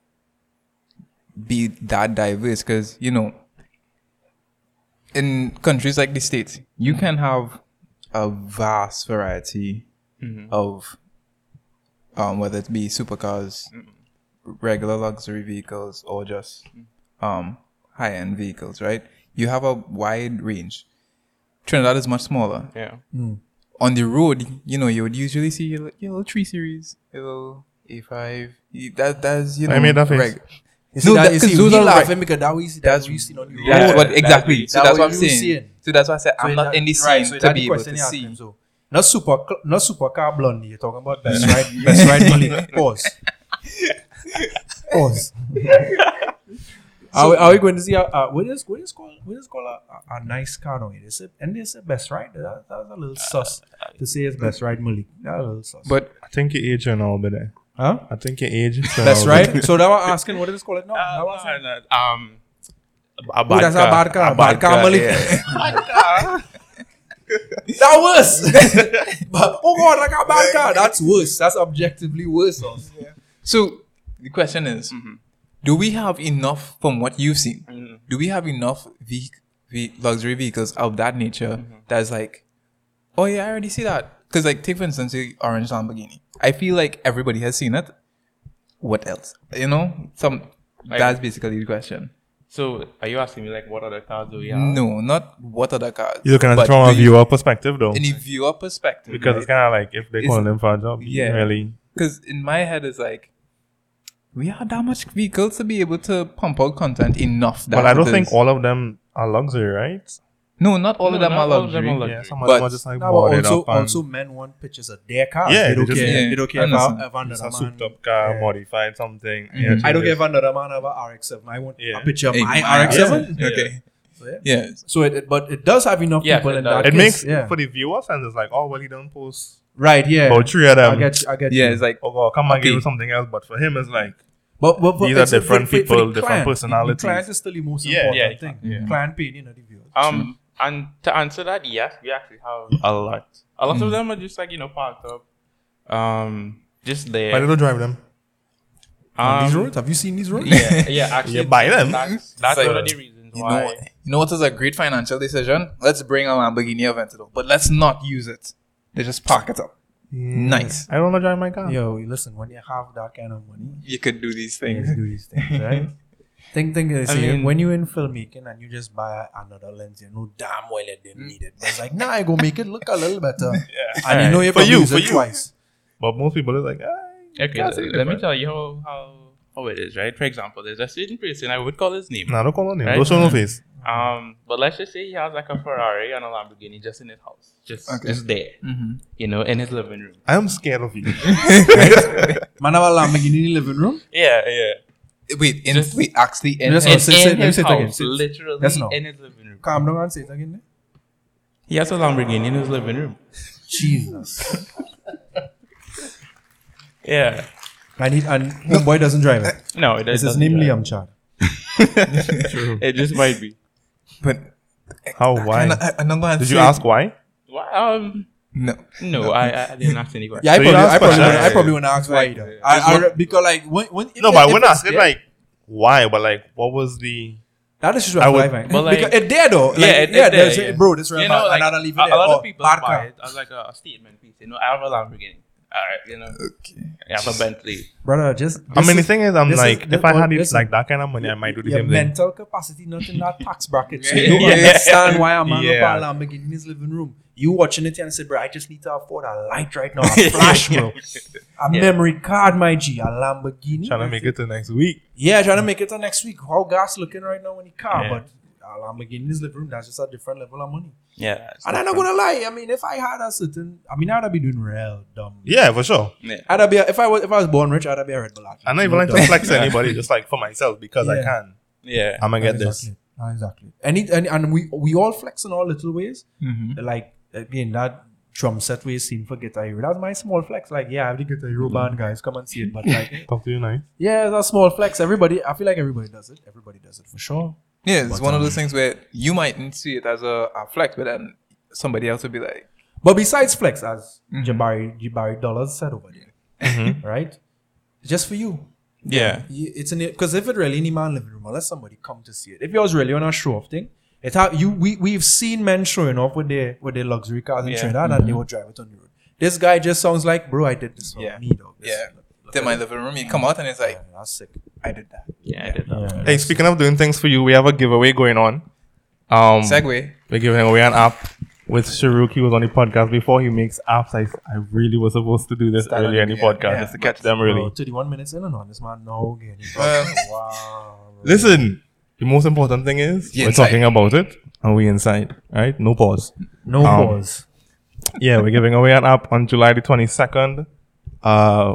S3: be that diverse? Because you know, in countries like the states, you can have a vast variety of um, whether it be supercars, regular luxury vehicles, or just
S1: Mm.
S3: um, high end vehicles, right? You have a wide range. Trinidad is much smaller.
S4: Yeah.
S3: On the road, you know, you would usually see your, li- your little 3 Series, your little A5. You- That, that's, you know,
S2: I made that face.
S1: You
S3: No,
S1: see that,
S3: that-
S1: you
S3: 'cause
S1: see,
S3: those
S1: we
S3: are
S1: laughing because that we see, that's
S3: That's-
S1: we see on the road.
S3: That's what exactly. so
S1: that
S3: that's what
S1: what
S3: I'm
S1: you
S3: saying.
S1: seeing.
S3: So that's why I said I'm
S1: So
S3: not
S1: that-
S3: in the scene
S1: right, so
S3: to
S1: that
S3: be
S1: the
S3: able
S1: question
S3: to
S1: you asked
S3: see.
S1: him, so not super, cl- not super car blondie. You're talking about best right, best right bully. Pause. Pause. are, we, are we going to see a, uh, what is what is called what is called a, a, a nice car now? Is it and they say best right? That, that's a little sus to say it's best right, Malik. That's a little sus.
S3: But
S2: I think your age and all, but eh,
S1: huh?
S2: I think your age. and all,
S1: That's
S2: but-
S1: right. So now I'm asking what is it called now?
S4: Uh,
S1: That was-
S4: no, no, no, um, a
S1: Ooh, that's a bad car. Bad car, Malik. that worse. but, oh God, like a bad car. That's worse. That's objectively worse. also.
S3: So the question is, do we have enough from what you've seen? Do we have enough ve- ve- luxury vehicles of that nature that's like, oh yeah, I already see that. Because like take for instance the orange Lamborghini. I feel like everybody has seen it. What else? You know, some. that's basically the question.
S4: So are you asking me like what other cars do we have?
S3: No, not what other cars.
S2: You're looking at it
S3: but
S2: from a
S3: do you-
S2: viewer perspective, though.
S3: In the viewer perspective,
S2: Because it's kind of like if they're
S3: It's-
S2: calling them for a job, yeah.
S3: yeah.
S2: really.
S3: Because in my head, it's like, we have that much vehicles to be able to pump out content enough. That
S2: But I don't
S3: it
S2: think
S3: is-
S2: all of them are luxury, right?
S3: No, not all of them
S4: not
S3: are
S4: all of them
S3: luxury.
S4: are luxury.
S2: Yeah, some of
S3: But-
S2: them are just like
S1: Now,
S2: boarded
S1: also,
S2: up and
S1: also, men want pictures of their cars.
S2: Yeah,
S1: they don't
S2: they just-
S1: care.
S3: yeah.
S1: They don't care
S3: I
S1: about
S3: understand.
S1: if another
S2: just a Mm-hmm.
S1: man.
S2: souped up car,
S1: Yeah.
S2: modified something.
S1: I don't care if another man have a RX-7. I want
S2: Yeah.
S1: a picture of
S3: Hey,
S1: my
S3: my
S1: RX-7.
S3: RX-7? Okay.
S1: So, yeah.
S3: Yeah.
S1: So it, it- but it does have enough
S4: Yeah,
S1: people
S4: it
S1: in
S4: does.
S1: that.
S2: It
S1: case.
S2: makes
S1: yeah.
S2: for the viewer sense. It's like, oh, well, he don't post
S1: right. Yeah.
S2: about three of
S1: I
S2: them.
S1: get. You, I get.
S3: Yeah,
S1: You.
S3: it's like,
S2: Oh God, come and
S3: Okay.
S2: give him something else. But for him, it's like
S1: But, but, but
S2: These are
S1: it's- for-
S2: different
S1: for- for the
S2: people, different
S1: client, the-
S2: personalities.
S1: The client is still the most
S2: Yeah,
S1: important
S4: yeah,
S1: thing. Client pain, you know, the viewers.
S4: Um, and to answer that, yes, we actually have a lot. A lot of them are just like you know parked up, um, just there.
S2: I don't drive them.
S4: Um,
S1: these roads? Have you seen these roads?
S4: Yeah, yeah, actually,
S2: You buy them.
S4: That's,
S3: It's
S4: that's
S3: like,
S4: one of the reasons
S3: you
S4: why.
S3: know, you know what is a great financial decision? Let's bring a Lamborghini Aventador, but let's not use it. They just park it up. Nice.
S2: I don't want to drive my car.
S1: Yo, listen, when you have that kind of money,
S3: You could do these
S1: you
S3: things.
S1: do these things, right? Think, think, I
S4: mean-
S1: when you're in filmmaking and you just buy another lens, you know damn well you didn't need it. But It's like, nah, I go make it look a little better. And you know you
S2: For
S1: probably
S2: you,
S1: use
S2: for
S1: it
S2: you.
S1: twice.
S2: But most people is like, ah,
S4: Okay,
S2: That's
S4: let,
S2: really
S4: let me
S2: different.
S4: tell you how, how how it is, right? For example, there's a certain person I would call his name.
S2: nah, don't call on him.
S4: Right.
S2: Don't show no face.
S4: Um, but let's just say he has like a Ferrari and a Lamborghini just in his house, just just there, you know, in his living room.
S2: I am scared of you.
S1: Man, have a Lamborghini in the living room.
S4: Yeah, yeah.
S3: Wait, in, wait, actually, in
S1: Just-
S3: in-
S1: Say- say-
S4: in
S1: let me
S4: his
S1: say it again.
S4: house,
S1: Say-
S4: literally
S1: that's not-
S4: in his living room.
S1: Calm down and say it again. eh?
S4: He has a Lamborghini in his living room.
S1: Jesus.
S4: Yeah.
S1: I need, and homeboy doesn't drive it.
S4: No, it
S1: It's his
S4: doesn't
S1: name
S4: matter.
S1: Liam Chad.
S4: It just might be.
S3: but
S2: How?
S3: and
S2: Why?
S3: I, I'm not gonna
S2: Did you
S3: say-
S2: ask why?
S4: Well, um,
S3: No.
S4: no, I, I didn't ask any questions.
S1: Yeah, I
S2: So you
S1: probably,
S2: asked
S1: I probably,
S2: questions.
S1: wouldn't- I probably wouldn't ask why either. I, I, because like when, when
S2: No,
S1: if-
S2: but I
S1: if
S2: wouldn't
S1: it's
S2: ask it
S1: there-
S2: like why, but like what was the
S1: That is just
S2: I
S1: what
S2: would-
S1: I find.
S4: but, like-
S1: because it there though. Like,
S4: Yeah, it- it
S1: yeah,
S4: there,
S1: there's
S4: yeah.
S1: bro, this right
S4: you know, like,
S1: another leave it
S4: a,
S1: there.
S4: a lot
S1: Oh,
S4: of people
S1: bad
S4: buy
S1: car.
S4: it as like a, a statement piece. You know, I have a Lamborghini. All right, you know,
S3: Okay.
S4: I have a Bentley.
S1: brother. Just
S2: I mean, the thing is, I'm
S1: this is-
S2: like,
S1: this-
S2: if I
S1: oh,
S2: had it
S1: listen.
S2: like that kind of money, I might do the
S1: your
S2: same thing.
S1: mental capacity not in that tax bracket. So you don't
S4: Yeah.
S1: understand why a man
S2: Yeah.
S1: yeah. up Lamborghini in his living room. You watching it and say, bro, I just need to afford a light right now, a flash, bro. A memory card, my G, a Lamborghini.
S2: Trying to make it to next week.
S1: Yeah, trying to make it to next week. How gas looking right now in the car,
S4: Yeah.
S1: but a Lamborghini in his living room, that's just a different level of money.
S4: Yeah, it's
S1: And I'm not
S4: different.
S1: gonna lie, I mean, if I had a certain, I mean, I'd be doing real dumb.
S2: Yeah, for sure.
S1: I'd be a, if I was if I was born rich, I'd be a Red Bull. athlete.
S2: I'm not even
S1: No
S2: like to
S1: doubt.
S2: flex anybody, just like for myself because I
S1: Yeah.
S2: can.
S4: Yeah,
S2: I'm gonna get
S1: Not
S2: this.
S1: Exactly. Not exactly. Any, any and we we all flex in all little ways.
S3: Mm-hmm.
S1: Like again, that drum set we seen for Guitar Hero. That's my small flex. Like, yeah, I have the Guitar Hero band, guys. Come and see it. But like,
S2: Talk to you nice.
S1: yeah, that's small flex. Everybody, I feel like everybody does it. Everybody does it for sure.
S3: Yeah, it's one of those things where you mightn't see it as a, a flex, but then somebody else would be like,
S1: But besides flex, as Jabari Jabari Dollars said over there,
S2: Mm-hmm.
S1: right? Just for you.
S4: yeah,
S1: Y- It's an because if it really any man living room, unless somebody come to see it. If yours really on a show off thing, it's how you we we've seen men showing off with their with their luxury cars in
S4: Yeah.
S1: Trinidad and they
S2: Mm-hmm.
S1: will drive it on the road. This guy just sounds like, bro, I did this for
S3: Yeah.
S1: me, dog. This-
S3: yeah,
S1: look- look
S3: in
S1: at
S3: my
S1: it.
S3: living room, you come out and it's like,
S1: Yeah, that's sick.
S3: I did that.
S4: yeah, I did that.
S2: Hey, speaking of doing things for you, we have a giveaway going on. Um,
S3: Segway.
S2: we're giving away an app with Sharuk. He was on the podcast before he makes apps. I, I really was supposed to do this
S3: Start on
S2: earlier in
S3: the-
S2: the podcast
S3: yeah,
S2: just to catch them early.
S1: Bro, 31 minutes in and on this man no getting
S3: Well, Um,
S1: wow. bro.
S2: Listen, the most important thing is
S3: Yeah,
S2: we're
S3: inside.
S2: talking about it and we inside, right? No pause.
S1: No
S2: Um,
S1: pause.
S2: yeah, we're giving away an app on July the 22nd. Uh,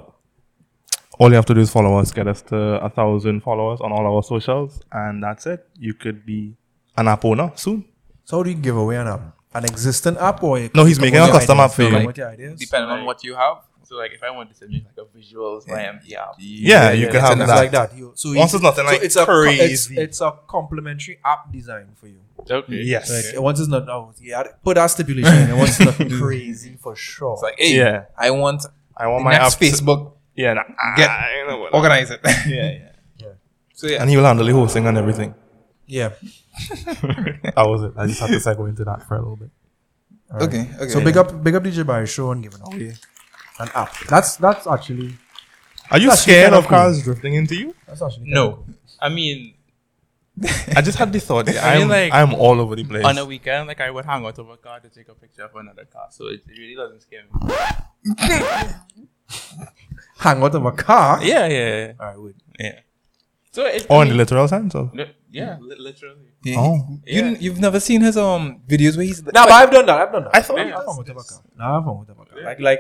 S2: all you have to do is follow us, get us to a thousand followers on all our socials, and that's it. You could be an app owner soon.
S1: So how do you give away an app? An existing app or
S2: No, he's making a custom app for you.
S1: Like, ideas?
S3: Depending on what you have.
S4: So like, if I wanted to make like a visuals, I am yeah.
S2: Yeah, you can
S3: it's
S2: have
S3: an-
S1: It's
S2: that.
S1: like that. You, so
S2: Once
S1: you-
S2: it's nothing
S1: so
S2: like
S1: it's a,
S2: crazy.
S1: It's, it's a complimentary app design for you.
S4: Okay.
S2: Yes.
S1: Like once it's not out, yeah, put that stipulation in. and Once it's not crazy for sure.
S3: It's like, hey,
S2: Yeah.
S3: I want
S2: I want
S3: the
S2: my app.
S3: next
S2: to-
S3: Facebook.
S2: yeah, nah, ah,
S3: Get-
S2: you know what.
S3: Organize it.
S2: Yeah, yeah.
S3: so yeah,
S2: And he will handle the hosting and everything.
S1: yeah.
S2: That was it. I just had to segue into that for a little bit.
S3: okay, okay.
S1: So big up, big up DJ by show and giving away an app. That's that's actually
S2: Are you
S1: That's
S2: scared
S1: kind
S2: of
S1: of cool.
S2: cars drifting into you?
S1: that's actually
S4: No, I mean
S2: I just had this thought.
S4: I mean,
S2: I'm,
S4: like,
S2: I'm all over the place.
S4: on a weekend, like I would hang out of a car to take a picture of another car, so it really doesn't scare me.
S1: hang out of a car.
S4: Yeah, yeah, yeah.
S1: All right, wait.
S4: yeah. So it
S2: or in the literal sense of.
S4: li- yeah, li- literally.
S3: Yeah.
S2: Oh.
S3: You didn't- you've never seen his um videos where he's
S1: Nah, but I've done that. I've done that.
S2: I thought
S1: I've
S2: he
S1: hung
S2: does
S1: out of a car. Nah, I've hung out of a car. Like like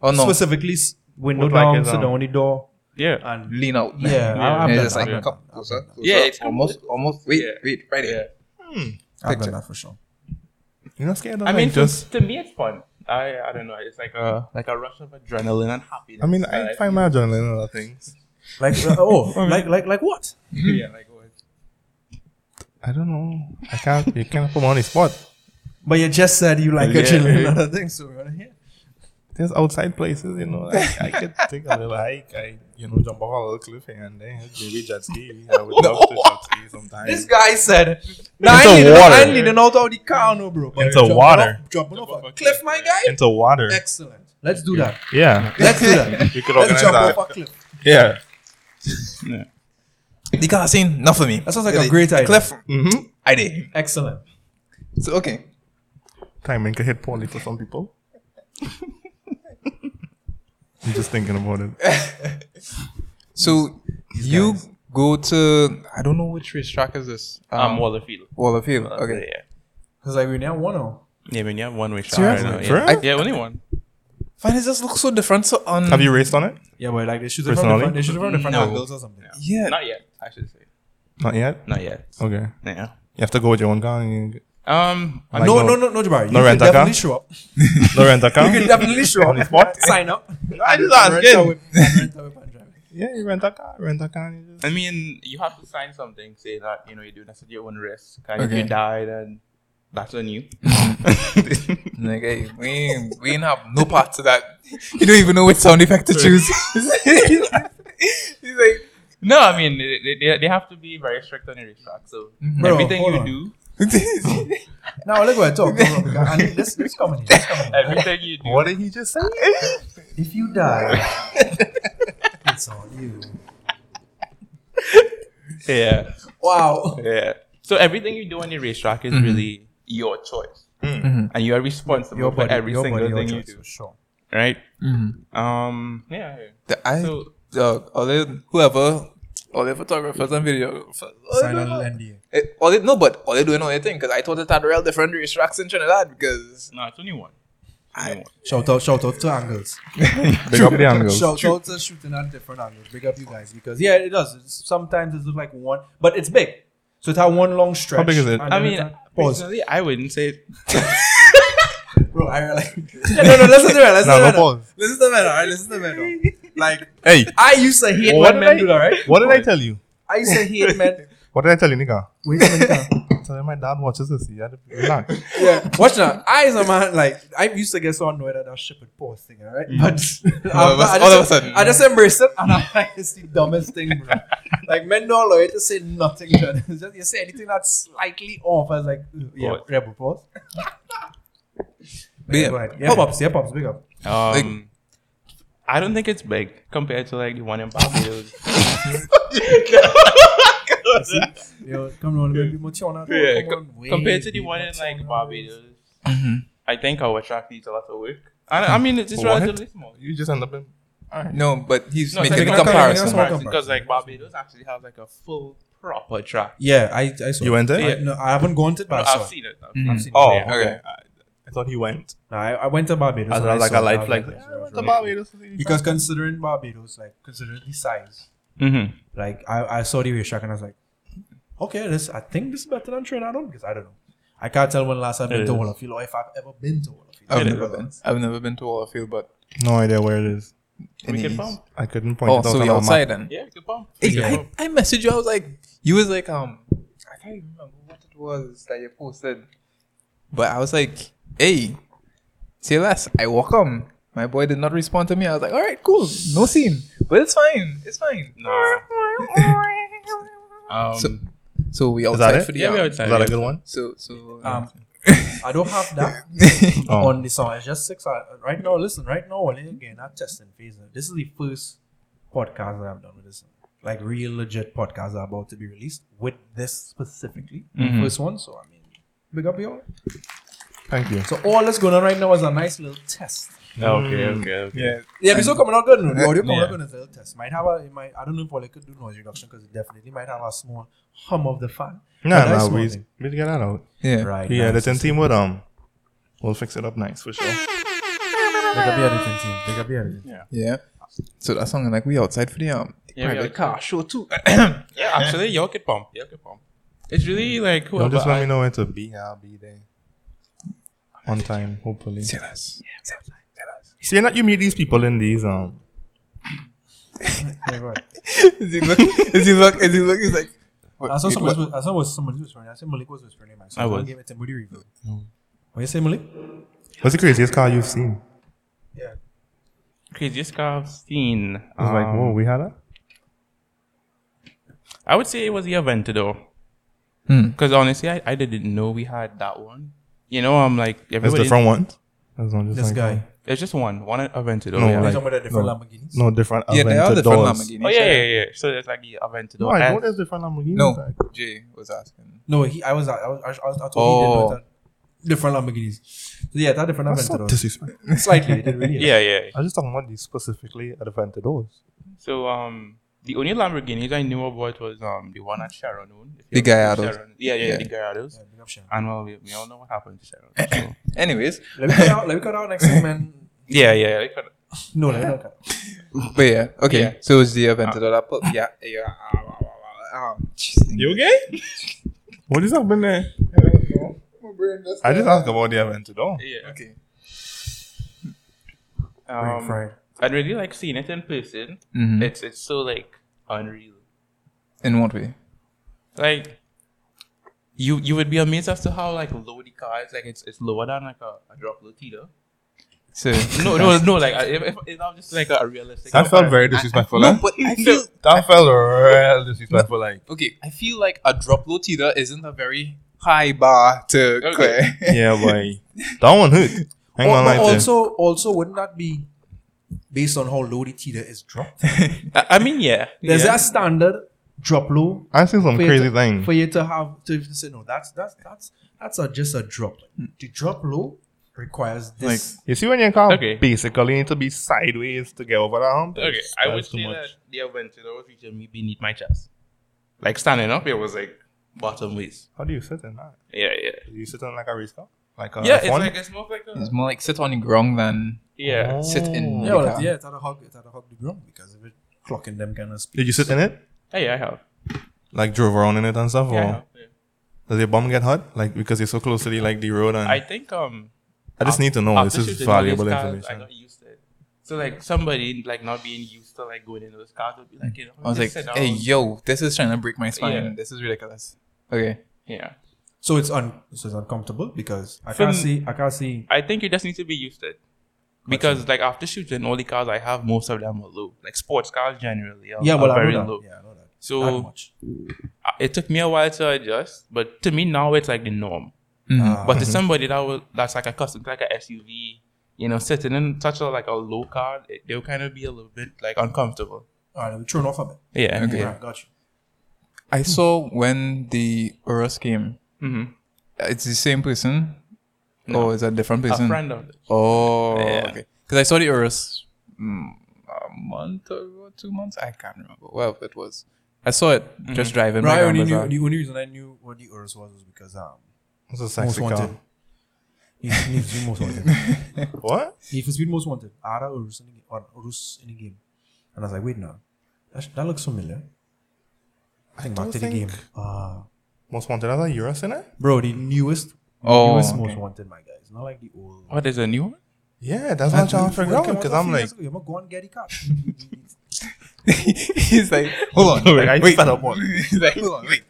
S3: oh no,
S1: specifically s- window
S2: With like
S1: down,
S2: his,
S1: sit
S2: um,
S1: down on the door,
S4: uh,
S2: Yeah.
S1: and
S3: lean out.
S1: yeah, I- I've
S3: And it's
S1: done
S3: just
S1: that.
S3: like
S1: I've
S3: come
S1: done
S3: closer, closer,
S4: Yeah, it's
S3: almost, almost. Wait,
S4: Yeah.
S3: wait, right here.
S1: that. I've
S3: Picture.
S1: done that for sure.
S2: You're not scared of
S4: I
S2: like,
S4: mean,
S2: just.
S4: just to me, it's fun. I I don't know. It's like a like a rush of adrenaline and happiness.
S2: I mean,
S4: that
S2: I find my adrenaline and other things.
S1: Like uh, oh, like like like what?
S4: yeah, like what?
S2: I don't know. I can't. You can't put me on the spot.
S1: But you just said you like your children and other things, so we're gonna hear.
S2: There's outside places, you know. I, I could take a little hike. I, you know, jump off a little cliff here and then maybe jet ski. I would love to jet ski sometimes.
S1: This guy said, nah, I
S2: Into
S1: ain't leading-
S2: water.
S1: I ain't leading out of the car, no, bro. But
S2: Into
S1: jumping
S2: water.
S1: Off, jumping off a cliff, my guy?
S2: Into water.
S1: Excellent. Let's do that.
S2: Yeah.
S1: Let's do that.
S2: You could
S1: Let's
S2: organize
S1: jump
S2: that.
S1: off a cliff.
S2: Yeah.
S3: The car scene, not for me. That
S1: sounds like a great idea. Mm.
S3: Cliff,
S2: Mm-hmm.
S3: I did.
S1: Excellent.
S3: So okay,
S2: Timing could hit poorly for some people. I'm just thinking about it.
S3: so you go to I don't know which race track is this.
S4: Um, Wallerfield.
S3: Wall of Field. Okay.
S4: Uh, Yeah.
S1: Because like we now one oh. now.
S4: Yeah, I mean, you have one way shot.
S2: Seriously?
S4: Right now, yeah.
S2: For real?
S4: yeah, only one.
S3: Fine, it just looks so different. So
S1: um,
S3: on.
S2: Have you raced on it?
S1: Yeah, but like they shoot
S2: it
S1: it from
S2: from Personally?
S1: different,
S2: different-
S1: they shoot it from different
S4: No.
S1: angles or something.
S3: Yeah.
S4: Not yet, I should say.
S2: Not yet.
S4: Not yet.
S2: Okay.
S4: Yeah.
S2: You have to go with your own car. And you
S4: Um, I
S2: Like
S1: Uh, no,
S2: no-
S1: no, no, no, Jabari.
S2: no
S1: you can
S2: rent a car?
S1: definitely show up.
S2: no rent a car.
S1: You can definitely show
S2: On the
S1: up.
S2: spot?
S1: Sign up.
S2: I just
S1: Rent a whip- rent a whip and drive.
S2: Yeah, you rent a car. Rent a car. And you just...
S4: I mean, you have to sign something, say that you know you're doing this at your own risk, and
S3: Okay.
S4: if you die, then that's on you.
S3: Like, hey, we ain't, we ain't have no part to that. You don't even know which sound effect to choose. He's like,
S4: no, I mean they, they, they have to be very strict on your risk track. So
S1: Bro,
S4: everything
S1: hold
S4: you
S1: on.
S4: do,
S1: Now look what I talk. no, no, I need- This this coming. in, This coming. in.
S4: Everything you do.
S2: What did he just say?
S1: If you die, it's on you.
S4: Yeah.
S1: Wow.
S4: Yeah. So everything you do on the racetrack is
S1: Mm-hmm.
S4: really your choice. And you are responsible
S1: Your
S4: for
S1: body,
S4: every
S1: your
S4: single
S1: body,
S4: thing
S1: your
S4: you
S1: choice, Mm-hmm.
S4: do.
S1: for sure.
S4: Right? Um yeah. yeah.
S3: The- I,
S4: So-
S3: uh, all the, whoever, all the photographers and videographers, all
S1: Sign
S3: they-
S1: a little NDA.
S3: eh, all they, no, but all they doing all their thing, because I thought it had real different racetracks in Trinidad, because
S4: No, it's only one.
S3: I,
S1: Shout out, shout out to angles.
S2: Big up the angles.
S1: Shout out to shooting at different angles. Big up you guys because yeah, it does. It's, sometimes it looks like one, but it's big. So it had one long stretch.
S2: big is it?
S1: and
S4: I
S1: then
S4: mean
S1: had- pause,
S4: personally I wouldn't say
S1: bro. I like. no, no, listen to me. Listen to
S2: No, no
S1: me.
S2: pause.
S1: Listen to me. All right, listen to me. though. Like
S2: Hey,
S1: I used to hate when
S2: What did
S1: men
S2: I-
S1: do that, right?
S2: what did I tell you?
S1: I used to hate men.
S2: What did I tell you, nigga?
S1: Wait, wait, wait.
S2: Tell him my dad watches this. You had to relax.
S1: Yeah, watch now. I is a man like I used to get so annoyed at that shit with pause thing, alright?
S4: Mm.
S1: But
S3: All of a-
S1: I just,
S3: all of a sudden.
S1: I just embrace it, and I'm like, it's the dumbest thing, bro. like men don't allow you to say nothing. Bro. It's just you say anything that's slightly off. I was like, "Ugh, yeah,
S4: Pause.
S1: rebel pause.
S3: But yeah.
S1: Go ahead. Yeah, pops. Yeah, pops. Big up.
S4: um I don't think it's big compared to like the one in Barbados.
S1: Yo, come on, baby, mature now.
S4: Yeah,
S1: Come
S4: co-
S1: on, ah. way
S4: compared to
S1: be
S4: the one in
S1: mature
S4: like
S1: now.
S4: Barbados. I think our track needs a lot of work. Mm-hmm. I, I mean, it's just
S2: What?
S4: relatively small.
S2: You just end up in.
S3: no, but he's
S4: No,
S3: making a
S4: technically-
S3: comparison.
S1: comparison.
S4: because like Barbados actually has like a full proper track.
S1: Yeah, I, I saw.
S2: You
S1: it.
S2: went there?
S1: I, no, I haven't gone to it,
S4: No,
S1: but I saw.
S4: I've
S1: it.
S4: seen it. I've
S1: I've
S4: seen it.
S1: seen it.
S2: Oh,
S4: Yeah.
S2: okay. I, I thought he went.
S1: No, I, I went to Barbados.
S2: I
S1: and
S2: was like
S1: saw
S2: a light
S1: that.
S2: flag.
S1: Yeah, I went to
S2: Barbados.
S1: Because considering Barbados, like considering the size,
S4: Mm-hmm.
S1: like I, I saw the racetrack and I was like, okay, this I think this is better than Trinidad on because I don't know. I can't tell when last I've been
S4: It
S1: to
S4: is.
S1: Wallafil or if I've ever been to Wallafil.
S3: I've never been. I've never been to Wallafield, but
S2: No idea where it is.
S3: in the
S4: We can
S3: east.
S4: pump.
S2: I couldn't point
S3: Oh,
S2: it out
S3: so
S2: on
S3: we
S2: our
S3: outside
S2: map.
S3: then.
S4: Yeah, we can pump. We
S3: Hey,
S4: can
S3: I,
S4: pump.
S3: I messaged you. I was like, you was like, um, I can't even remember what it was that you posted, but I was like, hey, say less. I welcome. My boy did not respond to me. I was like, all right, cool, no scene, but it's fine, it's fine.
S4: Nah. um,
S3: So, so we
S2: Is that
S3: outside
S2: it?
S3: for the
S4: yeah, we
S3: hour.
S2: Is that a good one?
S3: So, so
S1: Um, I don't have that
S2: Oh.
S1: on the song. It's just six. hours. Right now, listen, right now, only again, I'm testing phase. This is the first podcast that I've done with this. Like real legit podcasts are about to be released with this specifically.
S4: Mhm.
S1: First one, so I mean, big up y'all.
S2: Thank you.
S1: So all that's going on right now is a nice little test.
S4: okay, okay, okay.
S3: yeah,
S1: Yeah, it's still coming out good. No, the audio coming
S4: Yeah.
S1: out good is a little test. Might have a, it might, I don't know if Wally could do noise reduction because it definitely might have a small hum of the fan. But
S2: No,
S1: that's
S2: no,
S1: one
S2: we
S1: thing.
S2: we get that out.
S3: yeah.
S1: right.
S2: Yeah, the
S1: nice.
S2: ten team would um, we'll fix it up nice for sure.
S1: Big up your editing team. Big up your editing team.
S3: yeah. So that song, like, we outside for the um,
S4: Yeah, we
S3: private
S4: outside.
S3: car show too.
S4: Yeah, actually, y'all can pump. Y'all can pump. It's really like
S2: Don't
S4: whoever.
S2: just let me
S4: I,
S2: know when to be. I'll be there on time, hopefully.
S3: Say less.
S2: See, not you meet these people in these um.
S1: Yeah, right.
S3: Is he look? Is he look? Is he look? He's like. what-
S1: I saw
S3: wait,
S1: somebody,
S3: what?
S1: was- I saw was somebody whispering. I said Malik was whispering. in my son.
S4: I was.
S1: Don't Give it to Moody review. What you say, Malik?
S2: What's the craziest car you've seen?
S1: Yeah.
S4: craziest car I've seen.
S2: I was like,
S4: um,
S2: whoa, we had that.
S4: I would say it was the Aventador.
S3: Hmm.
S4: Because honestly, I, I didn't know we had that one. You know, I'm like,
S2: It's
S4: everybody.
S2: different ones. That's not just
S1: This
S2: like-
S1: guy.
S4: It's just one. One Aventador.
S2: No,
S4: yeah.
S1: He's
S2: like-
S1: talking about a different
S2: no.
S1: Lamborghinis.
S2: No, different.
S3: Yeah, they are the front
S2: Aventadors.
S3: Lamborghini.
S4: oh, yeah, yeah, yeah. So there's like the Aventador.
S2: No, I know
S4: S.
S2: there's different Lamborghinis.
S3: No, Jay was asking.
S1: No, he. I was. I was. I, was, I, was, I told
S3: Oh.
S1: you he did that. Different Lamborghinis. So yeah, that different
S2: that's not
S1: Aventador.
S2: disrespect.
S1: Slightly, it did really.
S4: yeah, yeah. yeah.
S2: I was just talking about these specifically Aventadors.
S4: So um, the only Lamborghinis I knew about was um the one at Sharon. owned. If
S3: The
S4: you remember
S3: Gallardos.
S4: Sharon- Yeah, yeah,
S3: Yeah.
S4: the Gallardos.
S1: Yeah, big up, Sharon.
S4: And well, we, we all know what happened to Sharon. so.
S3: Anyways,
S1: Let me cut out. Let me cut out next segment.
S4: Yeah, yeah, yeah.
S1: No, let me not cut. out.
S3: but yeah, okay.
S4: Yeah. Ah.
S3: So it's the event that I put. Yeah, yeah. Ah, Um,
S4: You okay?
S2: What is happening there? I just asked about the Aventador.
S4: Yeah.
S3: Okay.
S1: Right,
S4: Um,
S1: right.
S4: I'd really like seeing it in person.
S2: Mm-hmm.
S3: Mhm.
S4: It's it's so like unreal.
S3: In what way?
S4: Like you you would be amazed as to how like low the car is. Like it's it's lower than like a, a drop Lotita.
S3: So
S4: No, no, no. Like I- if, if, if that was just like a, a realistic.
S2: That felt
S4: comparison.
S2: very disrespectful.
S3: no,
S2: eh?
S3: but I feel
S2: That felt real disrespectful. Like
S3: okay. I feel like a drop low teeter isn't a very high bar to
S4: Okay.
S3: clear.
S2: yeah, boy. That one hurt. Hang
S1: Al- but
S2: on, like this.
S1: also, also, wouldn't that be based on how low the teeter is dropped?
S4: I, I mean, yeah.
S1: There's
S4: yeah.
S1: that standard drop low
S2: I seen some
S1: for you
S2: crazy
S1: to-
S2: thing.
S1: for you to have to say no. That's that's that's that's a, just a drop. To drop low requires this.
S2: You see when you're car,
S4: Okay.
S2: basically you need to be sideways to get over that hump.
S4: Okay,
S2: It's-
S4: I
S2: that's
S4: would
S2: too
S4: say
S2: much.
S4: that the Aventador was reaching me beneath my chest. Like standing up, it was like bottom waist.
S2: How do you sit in that?
S4: Yeah, yeah.
S2: Do you sit in like a race car? Like a
S4: yeah, it's
S2: F1?
S4: like it's more like a
S3: It's more like sit on the ground than
S4: yeah.
S3: sit
S4: Oh.
S3: in.
S1: Yeah,
S3: the
S1: well,
S3: car.
S1: yeah, it's at a hog, it's at a hog the ground because if it clocking them kind of speed.
S2: Did you sit in it?
S4: Oh, yeah, I have.
S2: Like drove around in it and stuff?
S4: Yeah, I
S2: or
S4: have. yeah.
S2: does your bum get hot? Like because you're so close to the like the road and
S4: I
S2: I,
S4: think um.
S2: just need to know
S4: after
S2: this is
S4: shooting all these
S2: valuable
S4: cars, I
S2: information.
S4: got used to it. So like somebody like not being used to like going into this car would be like, you know,
S3: I was like,
S4: just sit down.
S3: hey, yo, this is trying to break my spine.
S4: Yeah.
S3: This is ridiculous. Okay.
S4: yeah.
S1: So it's un, so it's uncomfortable because I
S4: From-
S1: can't see, I can't see.
S4: I think you just need to be used to it. Because like after shooting all the cars I have, most of them are low. Like sports cars generally are,
S1: Yeah,
S4: are
S1: well, I
S4: very
S1: know that.
S4: low.
S1: Yeah, I know that.
S4: So
S1: that much.
S4: uh, it took me a while to adjust, but to me now it's like the norm.
S2: Ah.
S1: Uh,
S4: But to somebody that was that's like accustomed to like a SUV, you know, sitting in such a like a low car, it, they'll kind of be a little bit like uncomfortable.
S1: all right, we turn off a bit.
S4: Yeah.
S3: Okay.
S1: Right, got you.
S3: I
S4: Hmm.
S3: saw when the Urus came.
S4: Mhm.
S3: It's the same person,
S4: No.
S3: or is that a different person?
S4: A friend of it.
S3: Oh,
S4: Yeah.
S3: okay. Because I saw the Urus mm, a month ago, two months. I can't remember. Well, it was. I saw it just driving.
S1: Right,
S3: by
S1: only
S3: Grand
S1: knew,
S3: Bazaar.
S1: the only reason I knew what the Urus was was because um,
S2: It's a
S1: most
S2: sexy car.
S1: wanted. Need Need for Speed most wanted.
S2: What?
S1: Need for Speed most wanted. Ara Urus in the game, or Urus in the game, and I was like, wait now, that, that looks familiar. I think back
S2: don't
S1: to the
S2: think-
S1: game. Ah,
S2: Most wanted as a Urus in it?
S1: bro, the newest,
S3: Oh,
S1: newest
S3: okay.
S1: most wanted, my guys. Not like the old.
S4: What is Oh, a new one?
S2: Yeah, that's what I'm figuring out because I'm like,
S1: I'm gonna go and get the car.
S3: He's like, hold on,
S2: Like, I
S3: wait,
S2: fed up on
S3: He's like, hold on, wait.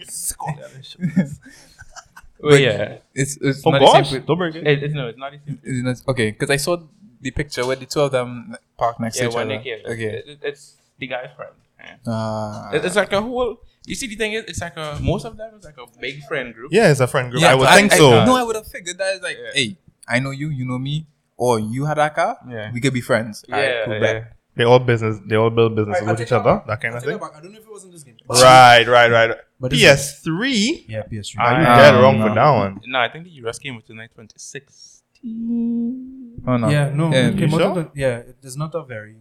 S4: Well, yeah.
S3: It's it's
S2: oh
S3: not
S2: gosh,
S3: The same,
S2: don't break it.
S4: It, it's no, it's not the same.
S3: it's not, okay, because I saw the picture where the two of them parked next
S4: Yeah,
S3: to each
S4: when
S3: other.
S4: they came.
S3: Okay.
S4: It, it- it's the guy's friend. Yeah.
S3: Ah.
S4: It- it's like a whole. You see, the thing is, it's like a most of them is like a big friend group.
S2: Yeah, it's a friend group. I would
S3: but
S2: think so.
S3: no, I would have figured that. It's like, hey, I know you, you know me, or you had that car.
S4: Yeah.
S3: We could be friends.
S4: yeah,
S3: Alright, cool, bet.
S4: yeah.
S2: they all business. They all build businesses
S1: I- I
S2: with
S1: take
S2: each other.
S1: that-
S2: That kind of
S1: take
S2: thing.
S1: it back. I don't know if it was in this game.
S2: Right, right, right.
S1: But it's-
S2: PS3.
S1: Yeah, PS3.
S2: Are you
S4: I-
S2: dead
S3: um,
S2: wrong
S3: no.
S2: for that one?
S4: No, I think the US came with tonight twenty six.
S3: Oh no.
S1: yeah, no.
S3: Yeah,
S1: it came
S2: you
S1: out
S2: sure?
S1: of the- yeah, it is not a very.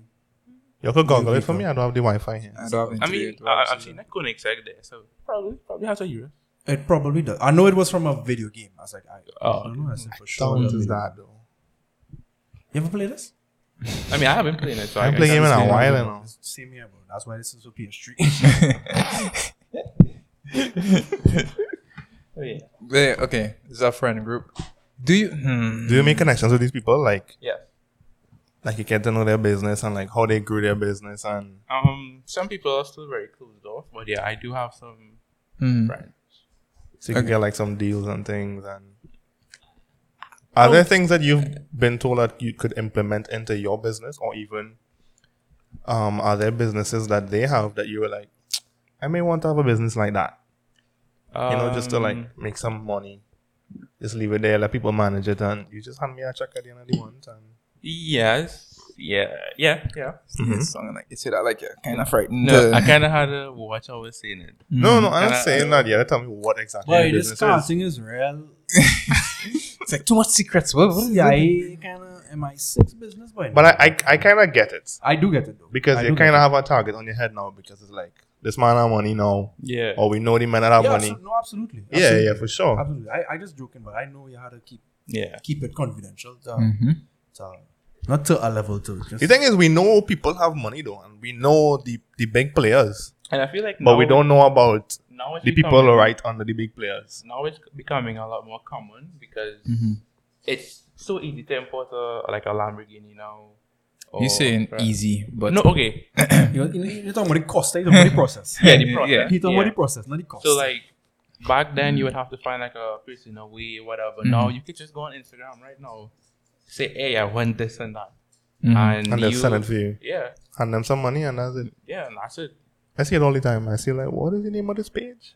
S2: You could Google it for me. I don't have the Wi-Fi here.
S3: I don't have
S4: I mean,
S3: internet,
S4: I, I've
S3: obviously.
S4: seen that Koenigsegg there, so probably probably has a US.
S1: It probably does. I know it was from a video game. I was like, I,
S4: Oh,
S1: I don't know. I said for sure.
S2: Sound
S1: it was
S2: is
S1: a video
S2: that though?
S1: game. You ever play this?
S4: I mean, I haven't played it, so
S2: I
S4: I
S2: haven't played
S4: guess-
S2: game in a
S3: understand.
S2: while, you know.
S1: It's the Same here, bro. That's why this is for PS3.
S4: Oh, yeah.
S3: Wait, okay, it's our friend group. Do you? Hmm.
S2: Do you make connections with these people? Like,
S4: yeah.
S2: like you get to know their business and like how they grew their business and
S4: Um, some people are still very closed off, but yeah, I do have some
S3: Hmm.
S4: friends.
S2: so you can
S3: Okay.
S2: get like some deals and things. And are there things that you've been told that you could implement into your business, or even um, are there businesses that they have that you were like, I may want to have a business like that, you know, just to
S4: Um,
S2: like make some money. Just leave it there, let people manage it, and you just hand me a check at the end of the month. And
S4: Yes. Yeah. Yeah. Yeah.
S3: It's something like you see that like you're kind of frightened. Hmm.
S4: No,
S3: uh,
S4: I kind of had a watch. I was saying it.
S2: No, no, I'm
S4: And
S2: not
S4: I-
S2: saying that yet. Tell me what exactly your
S1: Boy, this
S2: business
S1: car
S2: is.
S1: thing is real.
S3: it's like too much secrets. What? what is
S1: Yeah,
S3: it?
S1: kind of MI6 business, boy.
S2: But I, I, I kind of get it
S1: I do get it though.
S2: because
S1: I
S2: you
S1: do get
S2: kind
S1: it.
S2: of have a target on your head now because it's like this man have money now,
S4: Yeah.
S2: or we know the man that have
S1: yeah,
S2: money.
S1: abso- no, absolutely.
S2: yeah,
S1: absolutely.
S2: yeah, for sure.
S1: Absolutely. I, I just joking, but I know you had to keep
S4: Yeah.
S1: keep it confidential. So,
S3: Mhm.
S1: so not to a level too. Just
S2: The thing is, we know people have money though, and we know the the big players,
S4: And I feel like
S2: but
S4: now
S2: we don't know about
S4: now it's
S2: the people
S4: becoming-
S2: right under the big players.
S4: Now it's becoming a lot more common because
S3: Mhm.
S4: it's so easy to import a like a Lamborghini now. or-
S3: You saying
S4: Right.
S3: easy, but
S4: Oh, No, okay.
S1: You're, you- you're talking about the cost, you're talking about the process.
S4: Yeah, Mm. the
S3: Yeah.
S4: process.
S1: You're talking about
S4: yeah.
S1: the process, not the cost.
S4: So like back then, you would have to find like a person away, whatever. Now you could just go on Instagram right now, say, "Hey, I want this and that,"
S3: mm-hmm.
S4: and,
S2: And they'll
S4: you-
S2: sell it for you.
S4: Yeah,
S2: Hand them some money, and that's it.
S4: yeah, and that's it.
S2: I see it all the time. I see like, what is the name of this page?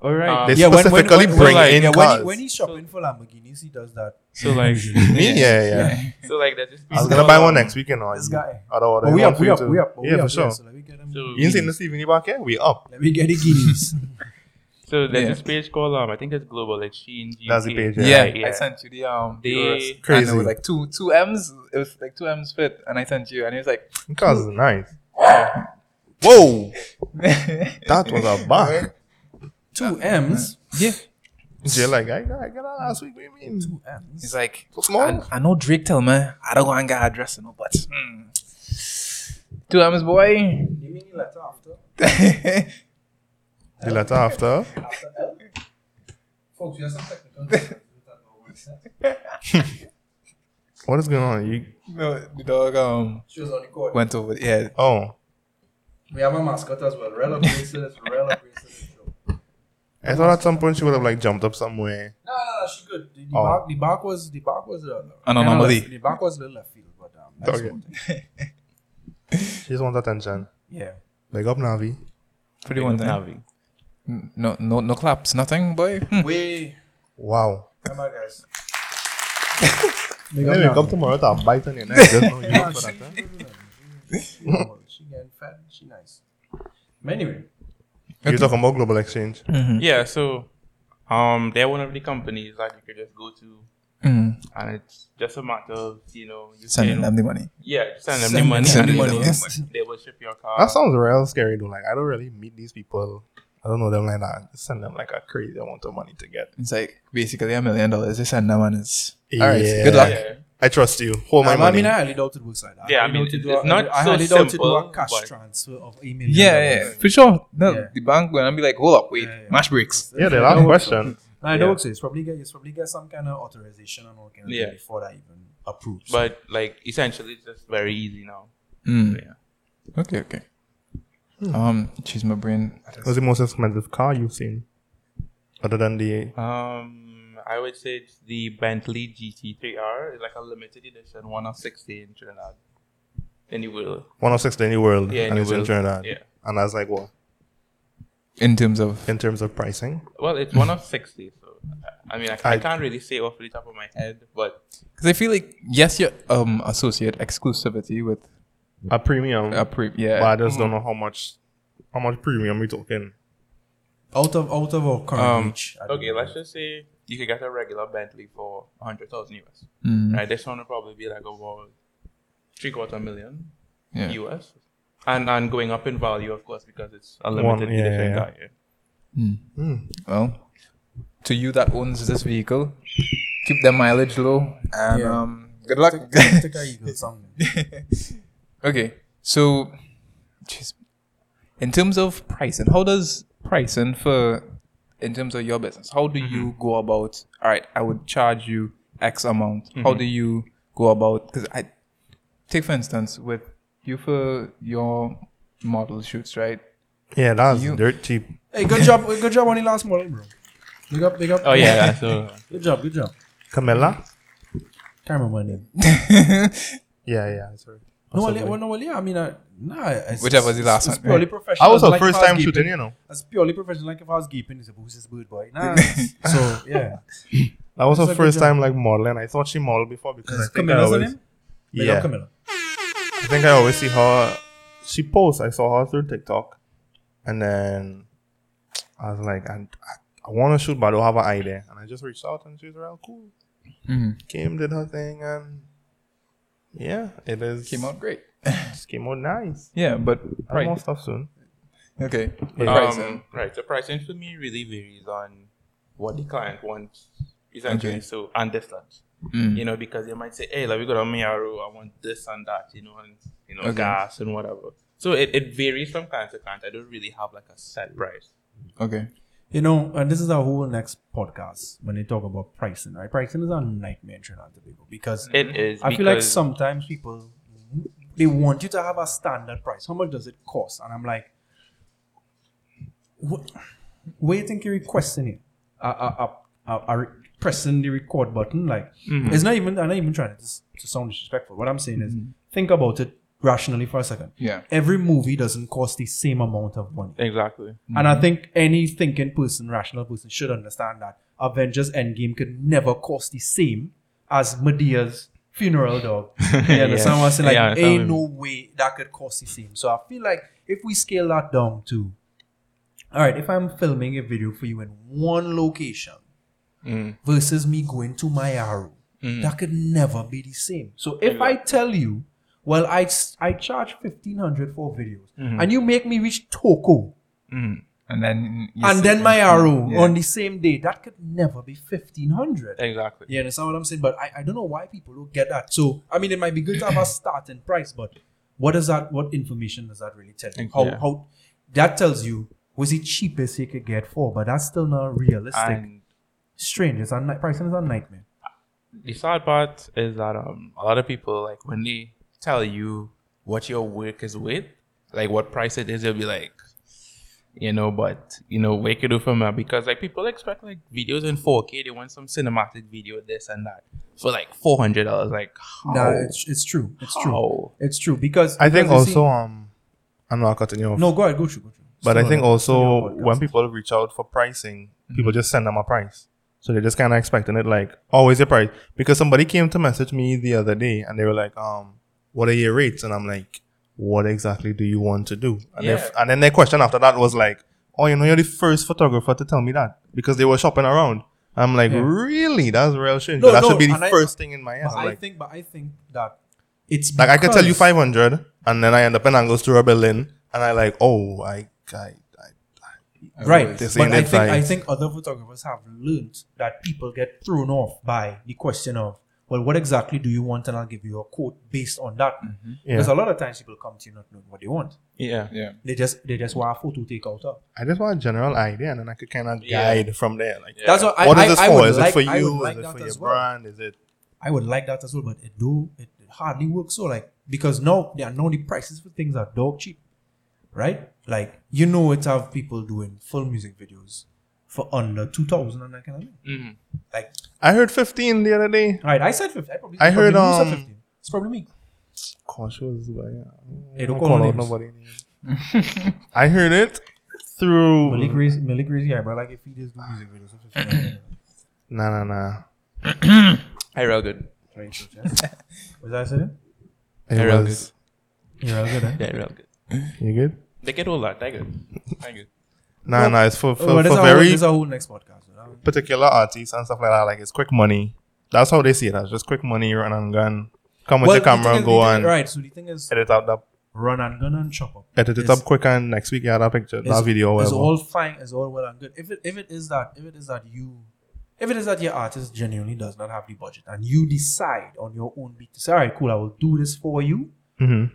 S4: All right.
S2: They
S1: Yeah, when- when-
S2: specifically
S1: when-
S2: bring
S4: like-
S2: in
S1: yeah, when,
S2: cars.
S1: he, when he's shopping for Lamborghinis, he does that.
S4: so like
S2: Me? Yeah, yeah.
S4: So like there's this
S2: I was
S4: piece
S2: gonna
S4: of,
S2: buy one
S4: um,
S2: next weekend or
S1: This
S2: you-
S1: guy.
S2: I'd order
S1: But Oh, we
S2: one
S1: up,
S2: for
S1: we
S2: you
S1: up,
S2: too.
S1: we up. but we
S2: Yeah,
S1: up,
S2: for sure.
S1: So let me get him.
S4: So,
S2: You ain't seen the Stephen back here? We up.
S1: Let me get the guineas.
S4: so there's
S3: Yeah.
S4: this page called um I think it's Global Exchange. UK.
S2: That's the page, yeah.
S3: Yeah,
S4: yeah.
S3: I sent you the um.
S4: They-
S3: euros, And
S2: Crazy.
S3: it was like two two M's. It was like two M's fit, and I sent you, and he was like,
S2: Cars is nice.
S3: "Whoa,
S2: That was a bag.
S1: Two M's. Yeah.
S2: Jay like, I got I got that last week. What do you mean?
S1: Two M's.
S3: He's like,
S2: So small.
S3: I, I know Drake tell me I don't go and get her dress, no, but mm. two M's boy.
S1: You mean the letter after?
S2: The letter after.
S1: After L? Folks, we have some technical difficulties with that whole website.
S2: What is going on? You
S3: no, the dog um
S1: She was on the court.
S3: went over. Yeah,
S2: oh.
S1: We have a mascot as well. Rel upgrades to this. Rel upgrades to this show.
S2: I thought at some point she would have like jumped up somewhere.
S1: No, no, no, she good. The, the,
S2: Oh.
S1: bark, the bark was the bark was a
S3: An anomaly.
S1: The bark was a little left field, but um, that's
S2: Okay.
S1: one thing.
S2: She just wants attention.
S1: Yeah.
S2: Like up Navi.
S3: pretty one time.
S4: Navi.
S3: No, no, no claps, nothing, boy. Hmm.
S1: We
S2: Wow.
S1: come on, guys.
S2: Anyway, come tomorrow to a bite on your neck. Just know you look for that, huh?
S1: She getting fat. She nice. But Anyway,
S2: You're talking about global exchange.
S4: Mm-hmm. Yeah, so um they're one of the companies that you could just go to
S3: Mm.
S4: and it's just a matter of, you know, you
S3: Sending
S4: can-
S3: them the money.
S4: Yeah, just send them
S3: Send
S4: the money
S3: them
S4: and
S3: the
S4: they will-
S3: money, yes.
S4: they will ship your car.
S2: That sounds real scary though. Like I don't really meet these people. I don't know them like that. Just send them like a crazy amount of money to get.
S3: It's like basically a million dollars. They send them, and it's all right.
S2: Yeah.
S3: Good luck.
S4: yeah.
S2: I trust you. Hold Oh, my
S1: I
S2: money.
S1: mean, I highly doubt it works like that.
S4: Yeah, I
S1: highly
S4: mean,
S1: doubt
S4: it's-
S1: you do a-
S4: it's not
S1: I
S4: so
S1: highly doubt you do a
S4: simple,
S1: cash
S4: but-
S1: transfer of a million.
S3: Yeah,
S1: dollars.
S3: yeah, for sure. No,
S1: Yeah.
S3: The bank went and be like, hold up, wait,
S1: Yeah, yeah.
S3: mash breaks.
S2: yeah, the
S1: That
S2: last
S1: works.
S2: question.
S1: No, I know
S2: Yeah.
S1: it's it's probably get it's probably get some kind of authorization and all kind of
S4: Yeah.
S1: thing before that even approves.
S4: But like essentially it's just very easy now.
S3: Mm.
S4: Yeah.
S3: Okay, okay. Um, she's my brain.
S2: What's the most expensive car you've seen? Other than the
S4: Um, I would say it's the Bentley GT3R. It's like a limited edition, one of 60 in Trinidad. And you will.
S2: one of six in the world
S4: Yeah,
S2: and
S4: in
S2: it's
S4: the
S2: in
S4: world.
S2: Trinidad.
S4: Yeah.
S2: And that's like what?
S3: In terms of
S2: In terms of pricing?
S4: Well, it's one of 60. So, I mean, I, I
S2: I-
S4: can't really say off the top of my head, but
S3: Because I feel like yes, you um associate exclusivity with
S2: A premium.
S3: a pre yeah.
S2: But I just don't know how much how much premium we talking.
S1: out of out of our current
S4: Um,
S1: reach. I don't
S4: okay,
S1: know.
S4: let's just say you could get a regular Bentley for 100,000 US.
S3: Mm,
S4: Right? This one would probably be like about three quarter million
S3: yeah.
S4: US. And, and going up in value, of course, because it's a limited
S2: yeah,
S4: edition
S2: yeah,
S4: car. yeah.
S3: Well, to you that owns this vehicle, keep the mileage low and
S1: Yeah.
S3: um good luck.
S1: Take- take a eagle something.
S3: okay, so, jeez. in terms of pricing, how does pricing for in terms of your business, how do you go about? All right, I would charge you X amount. How do you go about? Because I take for instance with you for your model shoots, right?
S2: Yeah, that's
S3: You-
S2: dirt cheap.
S1: Hey, good job, good job on the last model, bro. Big up, big up.
S4: Oh, yeah. yeah, so,
S1: Good job, good job.
S2: Camilla?
S1: Can't remember my name.
S2: Yeah, yeah, sorry.
S1: No, well, yeah, well, no, well, yeah. I mean, I, nah. It's,
S3: Whichever was the last
S1: it's
S3: one,
S1: purely
S3: right?
S1: professional.
S2: I was her
S1: Like, if
S2: first time
S1: geeping-
S2: shooting, you know.
S1: It's purely professional. Like if I was geeping, it's a who's this bird boy? Nah. so yeah.
S2: That
S1: It's
S2: was her
S1: a good
S2: first
S1: job.
S2: time like modeling. I thought she modeled before because I
S1: Is
S2: think I
S1: Camilla's her
S2: always,
S1: name? Big up
S2: yeah,
S1: Camilla.
S2: I think I always see her. She posts. I saw her through TikTok, and then I was like, I, I, I want to shoot, but I don't have an idea. And I just reached out, and she was real cool.
S3: Mhm.
S2: Came did her thing, and yeah, it is
S3: Came out great.
S2: just came out nice.
S3: Yeah, but
S2: I have
S3: right.
S2: more stuff soon.
S3: Okay. But
S4: Um,
S3: pricing.
S4: right. So pricing for me really varies on what the client wants, essentially.
S3: Okay.
S4: So and distance,
S3: Mm.
S4: you know, because they might say, "Hey, like we got a Miaro, I want this and that," you know, and you know,
S3: Okay.
S4: gas and whatever. So it, it varies from client to client. I don't really have like a set price.
S3: Okay.
S1: You know, and this is our whole next podcast when they talk about pricing, right? Pricing is a nightmare in Trinidad and Tobago because
S4: It is.
S1: Mm-hmm. I feel like
S4: because-
S1: sometimes people they want you to have a standard price. How much does it cost? And I'm like, what, where you think you're requesting it? Uh, uh, uh, uh, uh, pressing the record
S4: Mm-hmm.
S1: button, like it's not even. I'm not even trying to, to sound disrespectful. What I'm saying is, think about it rationally for a second.
S3: Yeah.
S1: Every movie doesn't cost the same amount of money.
S4: Exactly.
S1: And I think any thinking person, rational person, should understand that Avengers Endgame could never cost the same as Medea's funeral dog. You understand what I'm saying? Like,
S4: Yeah, I understand
S1: ain't
S4: what
S1: no way that could cost the same. So I feel like if we scale that down to, all right, if I'm filming a video for you in one location
S4: Mm.
S1: versus me going to my arrow, that could never be the same. So if I tell you, well, I, s- I charge 1500 for videos
S4: Mm-hmm.
S1: and you make me reach Toko,
S3: And then you
S1: and
S3: sit
S1: then my arrow
S3: Yeah.
S1: on the same day. That could never be fifteen hundred.
S4: Exactly.
S1: You understand what I'm saying? But I, I don't know why people don't get that. So I mean, it might be good to have a starting price, but what does that? What information does that really tell you? How
S4: Yeah.
S1: how that tells you was the cheapest you could get for, but that's still not realistic.
S4: And
S1: Strange. It's a ni- pricing is a nightmare.
S4: the sad part is that um, a lot of people like when they tell you what your work is with, like what price it is, they'll be like, you know, but you know, where could do from that because like people expect like videos in 4K, they want some cinematic video, this and that, for like four hundred dollars. Like how?
S1: No, it's it's true. It's true.
S4: How?
S1: It's true because
S2: I think
S1: because you see-
S2: also um, I'm not cutting you off.
S1: no. Go ahead. Go through. Go through.
S2: But I
S1: Still
S2: think
S1: on- still on
S2: also
S1: podcast. Mm-hmm.
S2: when people reach out for pricing, people just send them a price. So they're just kind of expecting it like, oh, is your price? Because somebody came to message me the other day and they were like, um, what are your rates? And I'm like, what exactly do you want to do? And, if, and then their question after that was like, oh, you know, you're the first photographer to tell me that because they were shopping around. I'm like, really? That's real shit.
S1: No,
S2: that
S1: no,
S2: should be the
S1: and I-
S2: first thing in my head.
S1: But
S2: I'm
S1: I
S2: like,
S1: think, but I think that it's
S2: like I could tell you
S1: because-
S2: 500 and then I end up in Angostura, Berlin. And I like, oh, I, I, I
S1: right
S2: This
S1: but
S2: ain't
S1: i
S2: it
S1: think i
S2: right.
S1: think other photographers have learned that people get thrown off by the question of well what exactly do you want and i'll give you a quote based on that
S2: Yeah.
S1: because a lot of times people come to you not knowing what they want
S4: Yeah.
S3: Yeah.
S1: they just they just want a photo take out of
S2: I just want a general idea, and then I could kind of
S4: Yeah.
S2: guide from there. Like,
S4: Yeah.
S1: that's what,
S2: what
S1: I,
S2: is this
S1: I, I
S2: for?
S1: would
S2: Is
S1: like,
S2: it for
S1: I would
S2: you?
S1: like
S2: is it
S1: that
S2: for your
S1: as well.
S2: brand? Is it?
S1: I would like that as well, but it do it, it hardly works. So like because now there are now the prices for things are dog cheap, right? Like you know it have people doing full music videos for under two thousand and that kind of thing.
S4: Mhm.
S1: Like
S2: I heard fifteen the other day.
S1: all right, I said fifty. I, probably,
S2: I heard,
S1: probably who said
S2: um,
S1: 15? It's probably me.
S2: Cautious, but yeah.
S1: Hey, don't
S2: Don't
S1: call no
S2: out
S1: names.
S2: nobody. I heard it through.
S1: Malik Grace, Malik Grace, yeah, bro. Like if he just do music videos, for 15,
S2: Nah, nah, nah.
S4: I real good.
S1: right? so, yeah. Was that said?
S2: It
S4: They're all
S2: was-
S1: You're all good. Eh?
S4: Yeah, real good.
S2: You good?
S4: They get all that. They good. They good.
S2: Nah, nah. It's for for,
S1: Oh, well,
S2: for
S1: this is our whole-
S2: very
S1: this is our whole next podcast. you know?
S2: particular artists and stuff like that. Like it's quick money. That's how they see it. As just quick money, run and gun. Come with
S1: Well,
S2: your
S1: the thing
S2: camera
S1: is-
S2: and
S1: the
S2: go
S1: thing-
S2: and
S1: Right. So the thing is,
S2: edit out that
S1: run and gun and chop up.
S2: edit it
S1: It's-
S2: up quick and next week you have that picture, that
S1: It's-
S2: video, or
S1: It's
S2: whatever.
S1: all fine. It's all well and good. If it if it is that if it is that you if it is that your artist genuinely does not have the budget and you decide on your own beat to say, all right, cool, I will do this for you
S2: Mhm.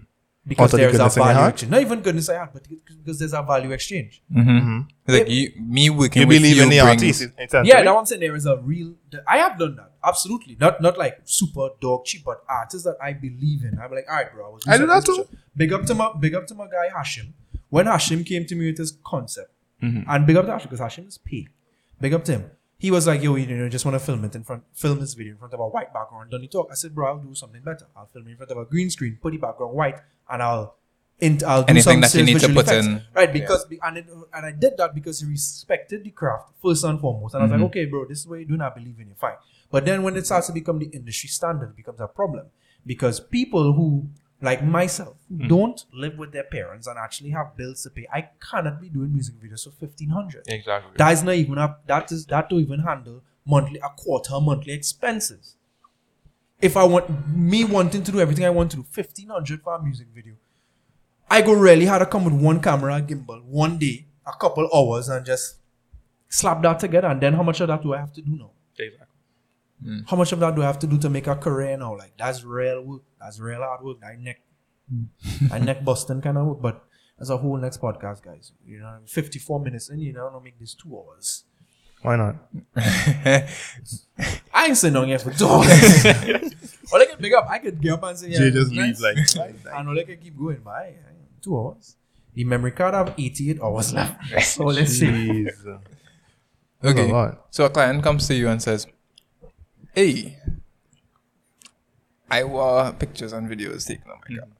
S1: because
S2: Out of the
S1: there is a
S2: goodness in your
S1: value
S2: heart?
S1: exchange. Not even goodness I had, but because there's a value exchange.
S3: Mm-hmm. Like you, me
S2: Mm-hmm.
S3: working
S2: You
S3: with
S2: believe
S3: you
S2: in the
S3: brings-
S2: artist?
S1: Yeah,
S2: essentially.
S1: now I'm saying there is a real. th- I have done that absolutely. Not not like super dog cheap, but artists that I believe in. I'm like, all right, bro. I, was
S2: I do that
S1: researching this. Big up to my big up to my guy Hashim. When Hashim came to me with his concept,
S3: Mm-hmm.
S1: and big up to Hashim because Hashim is P. Big up to him. He was like, yo, you know, just want to film it in front, film this video in front of a white background. Don't you talk? I said, bro, I'll do something better. I'll film it in front of a green screen, put the background white, and I'll. In, I'll do some
S3: Anything that you
S1: sales
S3: need to
S1: visual
S3: put
S1: effects.
S3: in.
S1: Right, because be- and it, and I did that because he respected the craft first and foremost, and I was like, okay, bro, this is what you do not believe in, you fine. But then when it starts to become the industry standard, it becomes a problem because people who like myself who don't live with their parents and actually have bills to pay, I cannot be doing music videos for fifteen hundred.
S4: Exactly.
S1: That is not even a that is that to even handle monthly a quarter monthly expenses. If I want me wanting to do everything I want to do, fifteen hundred for a music video. I go really hard to come with one camera, a gimbal, one day, a couple hours, and just slap that together. And then how much of that do I have to do now?
S4: exactly.
S1: How much of that do I have to do to make a career now? Like that's real work. That's real hard work. That neck, that neck busting kind of work. But that's a whole next podcast, guys. You know, fifty-four minutes in, you know, don't make this two hours.
S2: Why not?
S1: I ain't sitting down here for two hours. All I can pick up, I could get up and say, yeah,
S2: Jay just
S1: nice.
S2: leaves like
S1: And all I can keep going by I- I- two hours. The memory card have 88 hours left. So let's see.
S2: Jeez.
S3: Okay.
S2: a lot.
S3: So a client comes to you and says, "Hey, I want pictures and videos taken on my camera.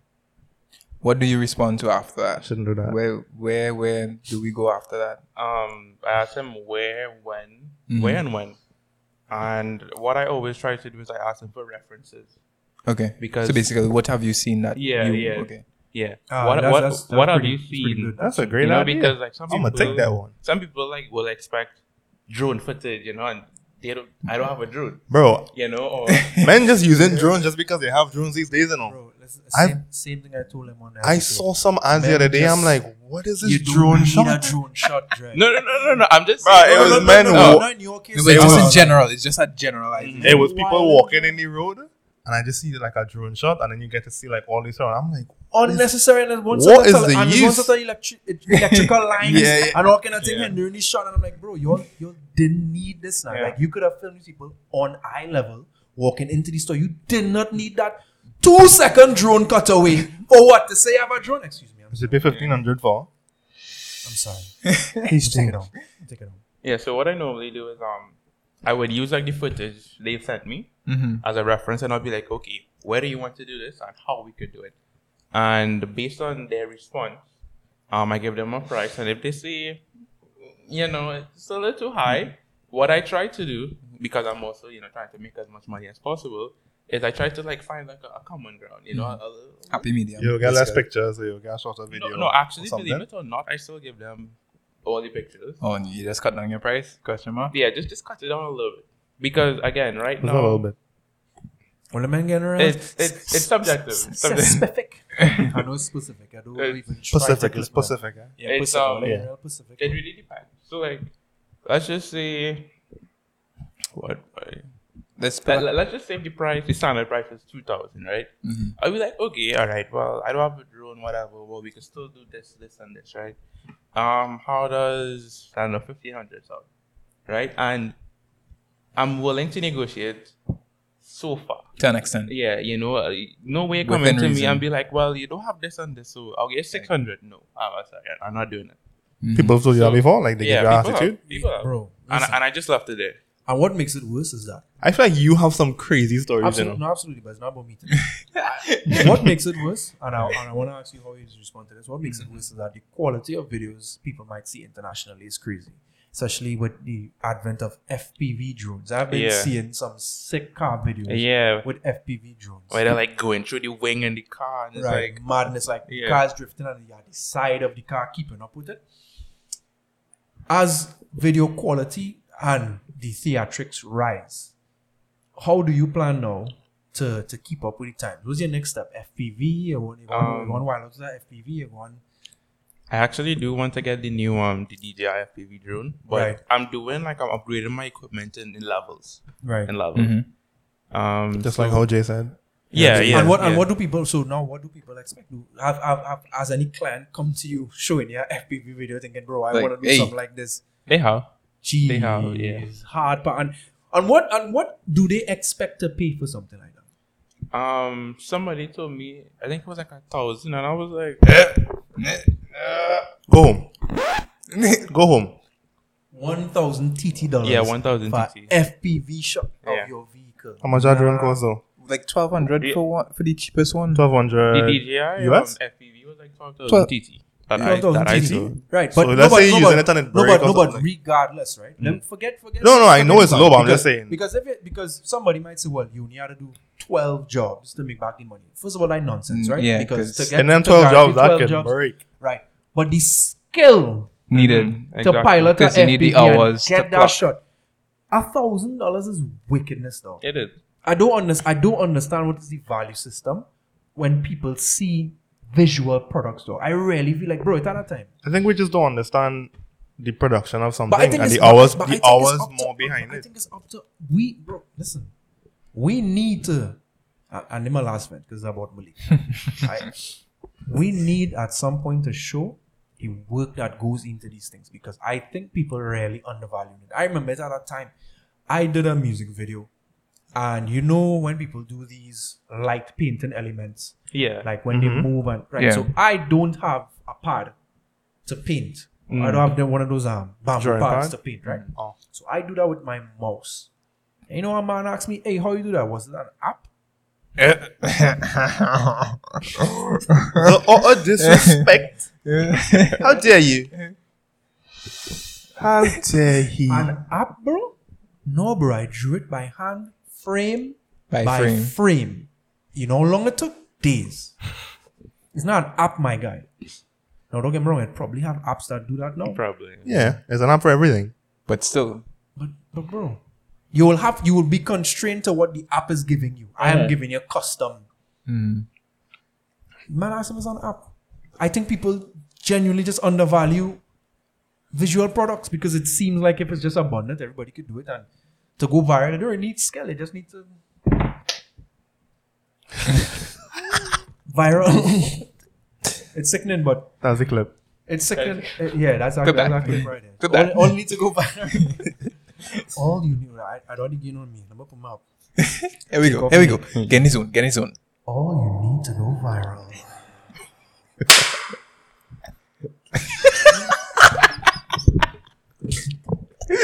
S3: What do you respond to after that?
S2: Mm. Shouldn't do that.
S3: Where where where do we go after that?
S4: um, I asked him where, when, where and when. And what I always try to do is I ask him for references.
S3: Okay.
S4: Because-
S3: so basically, what have you seen that?
S4: Yeah,
S3: you,
S4: yeah.
S3: Okay.
S4: Yeah.
S1: Ah,
S4: what
S1: that's-
S4: what
S1: that's- that's
S4: what have
S1: pretty-
S4: you
S1: that's pretty
S4: seen?
S1: good.
S2: That's a great
S4: you know,
S2: idea.
S4: because like some
S2: I'm
S4: people,
S2: gonna take that one,
S4: Some people like will expect drone footage, you know, and they don't. I don't have a drone,
S2: bro.
S4: you know, or
S2: Men just using drones just because they have drones these days and all.
S1: Bro, listen,
S2: I've-
S1: same, same thing I told him on the
S2: I
S1: episode.
S2: saw some ads the
S1: Men
S2: other day. I'm
S1: just-
S2: like, what is this
S1: you do
S2: drone
S1: need
S2: shot?
S1: a drone shot, Dre.
S4: no, no, no, no, no. I'm just.
S2: Bro,
S4: saying-
S2: it
S4: no,
S2: was
S4: no, no,
S2: men
S4: no,
S2: who-
S4: no.
S1: Not in your case.
S3: No, but just
S1: bro.
S3: in general, it's just a
S4: Mm.
S3: generalization.
S2: It was people walking in the road, and I just see like a drone shot, and then you get to see like all these around. I'm like,
S1: unnecessary and once
S2: What is the
S1: and
S2: use?
S1: once electric, electrical lines
S3: Yeah, yeah.
S1: and all kind of thing
S4: Yeah.
S1: and nearly shot and I'm like bro you all you all didn't need this now
S4: Yeah.
S1: like you could have filmed these people on eye level walking into the store you did not need that two second drone cutaway for what to say I have a drone excuse me I'm,
S2: you pay fifteen hundred for?
S1: I'm sorry
S2: He's
S1: take it on take it on
S4: Yeah. So what I normally do is um, I would use like the footage they sent me
S3: Mm-hmm.
S4: as a reference, and I'll be like, okay, where do you want to do this, and how we could do it, and based on their response, um, I give them a price, and if they say, you know, it's a little too high,
S2: Mm-hmm.
S4: what I try to do because I'm also you know trying to make as much money as possible. Is I try to like find like a, a common ground, you know, a- a-
S3: Happy medium.
S2: You'll get less
S3: Basically.
S2: pictures, or you'll get shorter Mm-hmm. video.
S4: No, no,
S2: or
S4: actually,
S2: something.
S4: believe it or not, I still give them all the pictures.
S3: Oh, and you just cut down your price? Question mark.
S4: Yeah, just just cut it down a little bit because again, right
S2: It's a
S4: now
S2: little bit.
S1: well the men getting around
S4: it's it's, it's subjective. It's subjective.
S1: specific I know it's specific I don't
S4: It's
S1: even try
S2: Pacific
S1: to
S2: is
S1: clip on.
S2: Pacific. eh?
S1: yeah,
S4: It's,
S1: Pacific,
S4: um,
S1: Lemonade
S2: yeah.
S1: Royal Pacific.
S4: It really depends. So like, let's just say what. uh,
S3: Let's put
S4: Let, let- let's just say the price, the standard price is two thousand, right?
S3: Mhm.
S4: I'll be like, okay, all right, well, I don't have a drone, whatever. Well, we can still do this, this, and this, right? Um, how does I don't know fifteen hundred sound, right? And I'm willing to negotiate so far.
S3: to an extent.
S4: Yeah, you know, uh, no way
S3: Within
S4: coming to me
S3: reason.
S4: and be like, well, you don't have this and this, so I'll get 600. No, I'm sorry, I'm not doing it.
S2: People have told you that
S4: So-
S2: before, like they give you
S4: yeah, people
S2: attitude.
S4: have- people have.
S1: Bro,
S4: And,
S1: listen.
S4: and I just left it there.
S1: and what makes it worse is that
S2: I feel like you have some crazy stories.
S1: Absolutely,
S2: You know?
S1: no, absolutely, but it's not about me. today. I- what makes it worse, and I, and I want to ask you how you respond to this. What makes it worse is that the quality of videos people might see internationally is crazy, especially with the advent of FPV drones. I've been
S4: Yeah.
S1: seeing some sick car videos
S4: Yeah,
S1: with FPV drones.
S4: where they're like going through the wing and the car, and it's
S1: Right,
S4: like,
S1: madness, like
S4: Yeah.
S1: cars drifting and you're at the side of the car keeping up with it. As video quality and the theatrics rise, how do you plan now to, to keep up with the times? What's your next step? FPV? You want, you want,
S4: Um,
S1: you want wireless that FPV? You want
S4: I actually do want to get the new um the DJI FPV drone, but
S1: Right.
S4: I'm doing like I'm upgrading my equipment in, in levels,
S1: right?
S4: in levels. Um,
S2: Mm-hmm. Just like how Jay said.
S4: yeah, yeah.
S1: and what and
S4: yeah.
S1: what do people? So now, what do people expect? Do have, have, have has any client come to you showing your FPV video, thinking, "Bro, I
S3: Like,
S1: want to do
S3: hey.
S1: something like this"?
S4: they have?
S1: Jeez,
S4: They have, yeah.
S1: hard part. And, and what and what do they expect to pay for something like that?
S4: Um, somebody told me I think it was like a thousand, and I was like,
S2: Go home. Go home.
S1: One thousand TT dollars.
S4: Yeah, 1,000
S1: for
S4: TT.
S1: FPV shot
S4: Yeah.
S1: of your vehicle.
S2: How much that drone cost though?
S3: Like 1200
S4: Yeah.
S3: for one, for the cheapest one.
S2: Twelve
S4: The
S2: hundred.
S4: DJI
S2: US?
S4: um, FPV was like 12,000
S3: Twelve-
S4: TT. That I,
S1: 12,000
S4: that I
S1: TT.
S4: saw.
S1: Right,
S2: So
S1: but
S2: let's
S1: no, but,
S2: say
S1: no,
S2: you
S1: but,
S2: send it on a
S1: no,
S2: break
S1: but,
S2: or
S1: no, but
S2: something. Hmm.
S1: regardless, right? Then forget, forget.
S2: No, no, I
S1: forget
S2: know it's
S1: about
S2: low,
S1: it,
S2: but I'm
S1: because-
S2: just saying.
S1: because if it, because somebody might say, well, you only had to do twelve jobs to make back the money. First of all, that nonsense,
S2: Hmm,
S3: Mm,
S1: right?
S3: yeah,
S1: because
S3: 'cause-
S1: to get
S2: And then
S1: to
S2: twelve
S1: guarantee
S2: jobs that
S1: 12
S2: can
S1: jobs,
S2: break.
S1: right? But the skill
S3: Needed.
S1: to
S4: Exactly.
S1: pilot a
S3: 'Cause you need the
S1: FPV and
S3: hours to
S1: get that
S3: clock.
S1: shot. A thousand dollars is wickedness, though.
S4: It is.
S1: I don't understand. I don't understand what is the value system when people see visual products, though. I really feel like, bro, it's out of time.
S2: I think we just don't understand the production of something
S1: But I think
S2: and
S1: it's
S2: the
S1: up-
S2: hours,
S1: but I
S2: the
S1: think it's
S2: hours
S1: up to-
S2: more behind
S1: I
S2: it.
S1: think it's up to we, bro. Listen, we need to. a- And in my last minute, because it's about Malik. I- we need at some point to show the work that goes into these things because I think people really undervalue it. I remember at that time, I did a music video, and you know when people do these light painting elements,
S4: Yeah.
S1: like when they move and right.
S3: Yeah.
S1: So I don't have a pad to paint. I don't have the, one of those um bamboo
S2: Mm. Drawing
S1: pads
S2: pad?
S1: to paint, right?
S2: Oh.
S1: So I do that with my mouse. And you know, a man asked me, "Hey, how you do that? Was it an app?"
S5: the utter disrespect. How dare you? How dare he?
S2: Mm.
S1: An app, bro? No, bro. I drew it by hand, frame
S3: By
S1: by,
S3: frame.
S1: frame. You know how long it took? Days. It's not an app, my guy. Now, don't get me wrong. I probably have apps that do that now.
S4: Probably.
S2: Yeah, there's an app for everything.
S3: But still,
S1: But, but bro, you will have you will be constrained to what the app is giving you. I am giving you custom. Man, ask Amazon app. I think people genuinely just undervalue visual products because it seems like if it's just abundant, everybody could do it. And to go viral, it don't really need skill. It just needs to viral. it's sickening, but
S2: That's the clip.
S1: it's sickening. Uh, yeah, that's
S3: Good
S1: exactly,
S3: back.
S1: exactly right. there.
S3: Good back.
S1: All, all need to go viral. all you knew, I, I don't think you know me. I'm up my
S3: here we go. Here we go. Get in his own. Get in his own.
S1: All you need to go viral.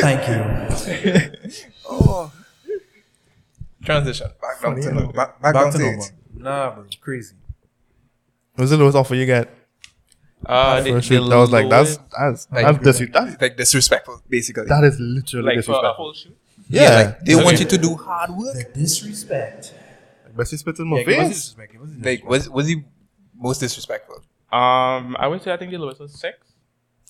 S1: Thank you.
S3: Transition. Back down to normal. Back,
S1: Back
S3: back down
S1: to
S3: to
S1: normal.
S3: it.
S1: Nah, bro, crazy.
S2: What's the lowest offer you get?
S4: Uh,
S2: for a shoot? I was like, that's that's that's, dis- that's
S3: Like disrespectful, basically.
S2: that is literally
S4: like for a
S2: disrespectful.
S4: whole shoot.
S3: yeah, like they want
S4: Okay.
S3: you to do hard work.
S1: The disrespect.
S2: Best you spit in my
S1: Yeah, give us
S2: face.
S1: disrespect, give us disrespect.
S3: Like, was was he most disrespectful?
S4: Um, I would say I think the lowest was six.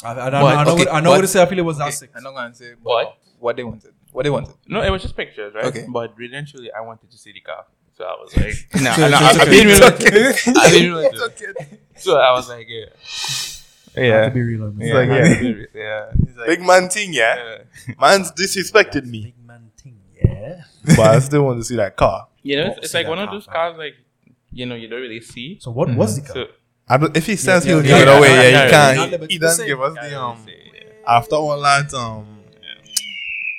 S1: I, I, don't-
S3: What?
S1: I know,
S3: Okay,
S1: what, I know what
S3: what?
S1: to say. I feel it was that
S3: Okay,
S1: sick.
S3: I'm not gonna say
S4: What?
S3: what they wanted. What they wanted.
S4: No, it was just pictures, right?
S3: Okay.
S4: But eventually, I wanted to see the car, so I was like, no, no, I, I didn't really, I didn't really do it. So I was like, yeah, yeah,
S1: Be real, on me.
S4: yeah,
S2: like,
S4: I
S2: yeah.
S4: have to be- yeah. He's like,
S5: Big man thing, yeah?
S4: yeah.
S5: Man's disrespected me.
S1: Big man thing, yeah.
S2: but I still want to see that car.
S4: You know,
S1: Oh,
S4: it's, it's
S1: see
S4: like
S1: that
S4: one of
S1: car,
S4: those cars, like you know, you don't really see.
S1: So what was the
S4: So
S1: car?
S2: I don't- if he says
S1: yeah,
S2: he'll
S1: yeah,
S2: give
S4: yeah,
S2: it away,
S4: yeah,
S2: yeah,
S4: yeah,
S2: he
S1: yeah.
S2: can't.
S1: Not
S2: He
S1: the
S2: doesn't
S1: same.
S2: give us the
S4: I would
S2: um.
S4: say, yeah.
S5: After all that, um,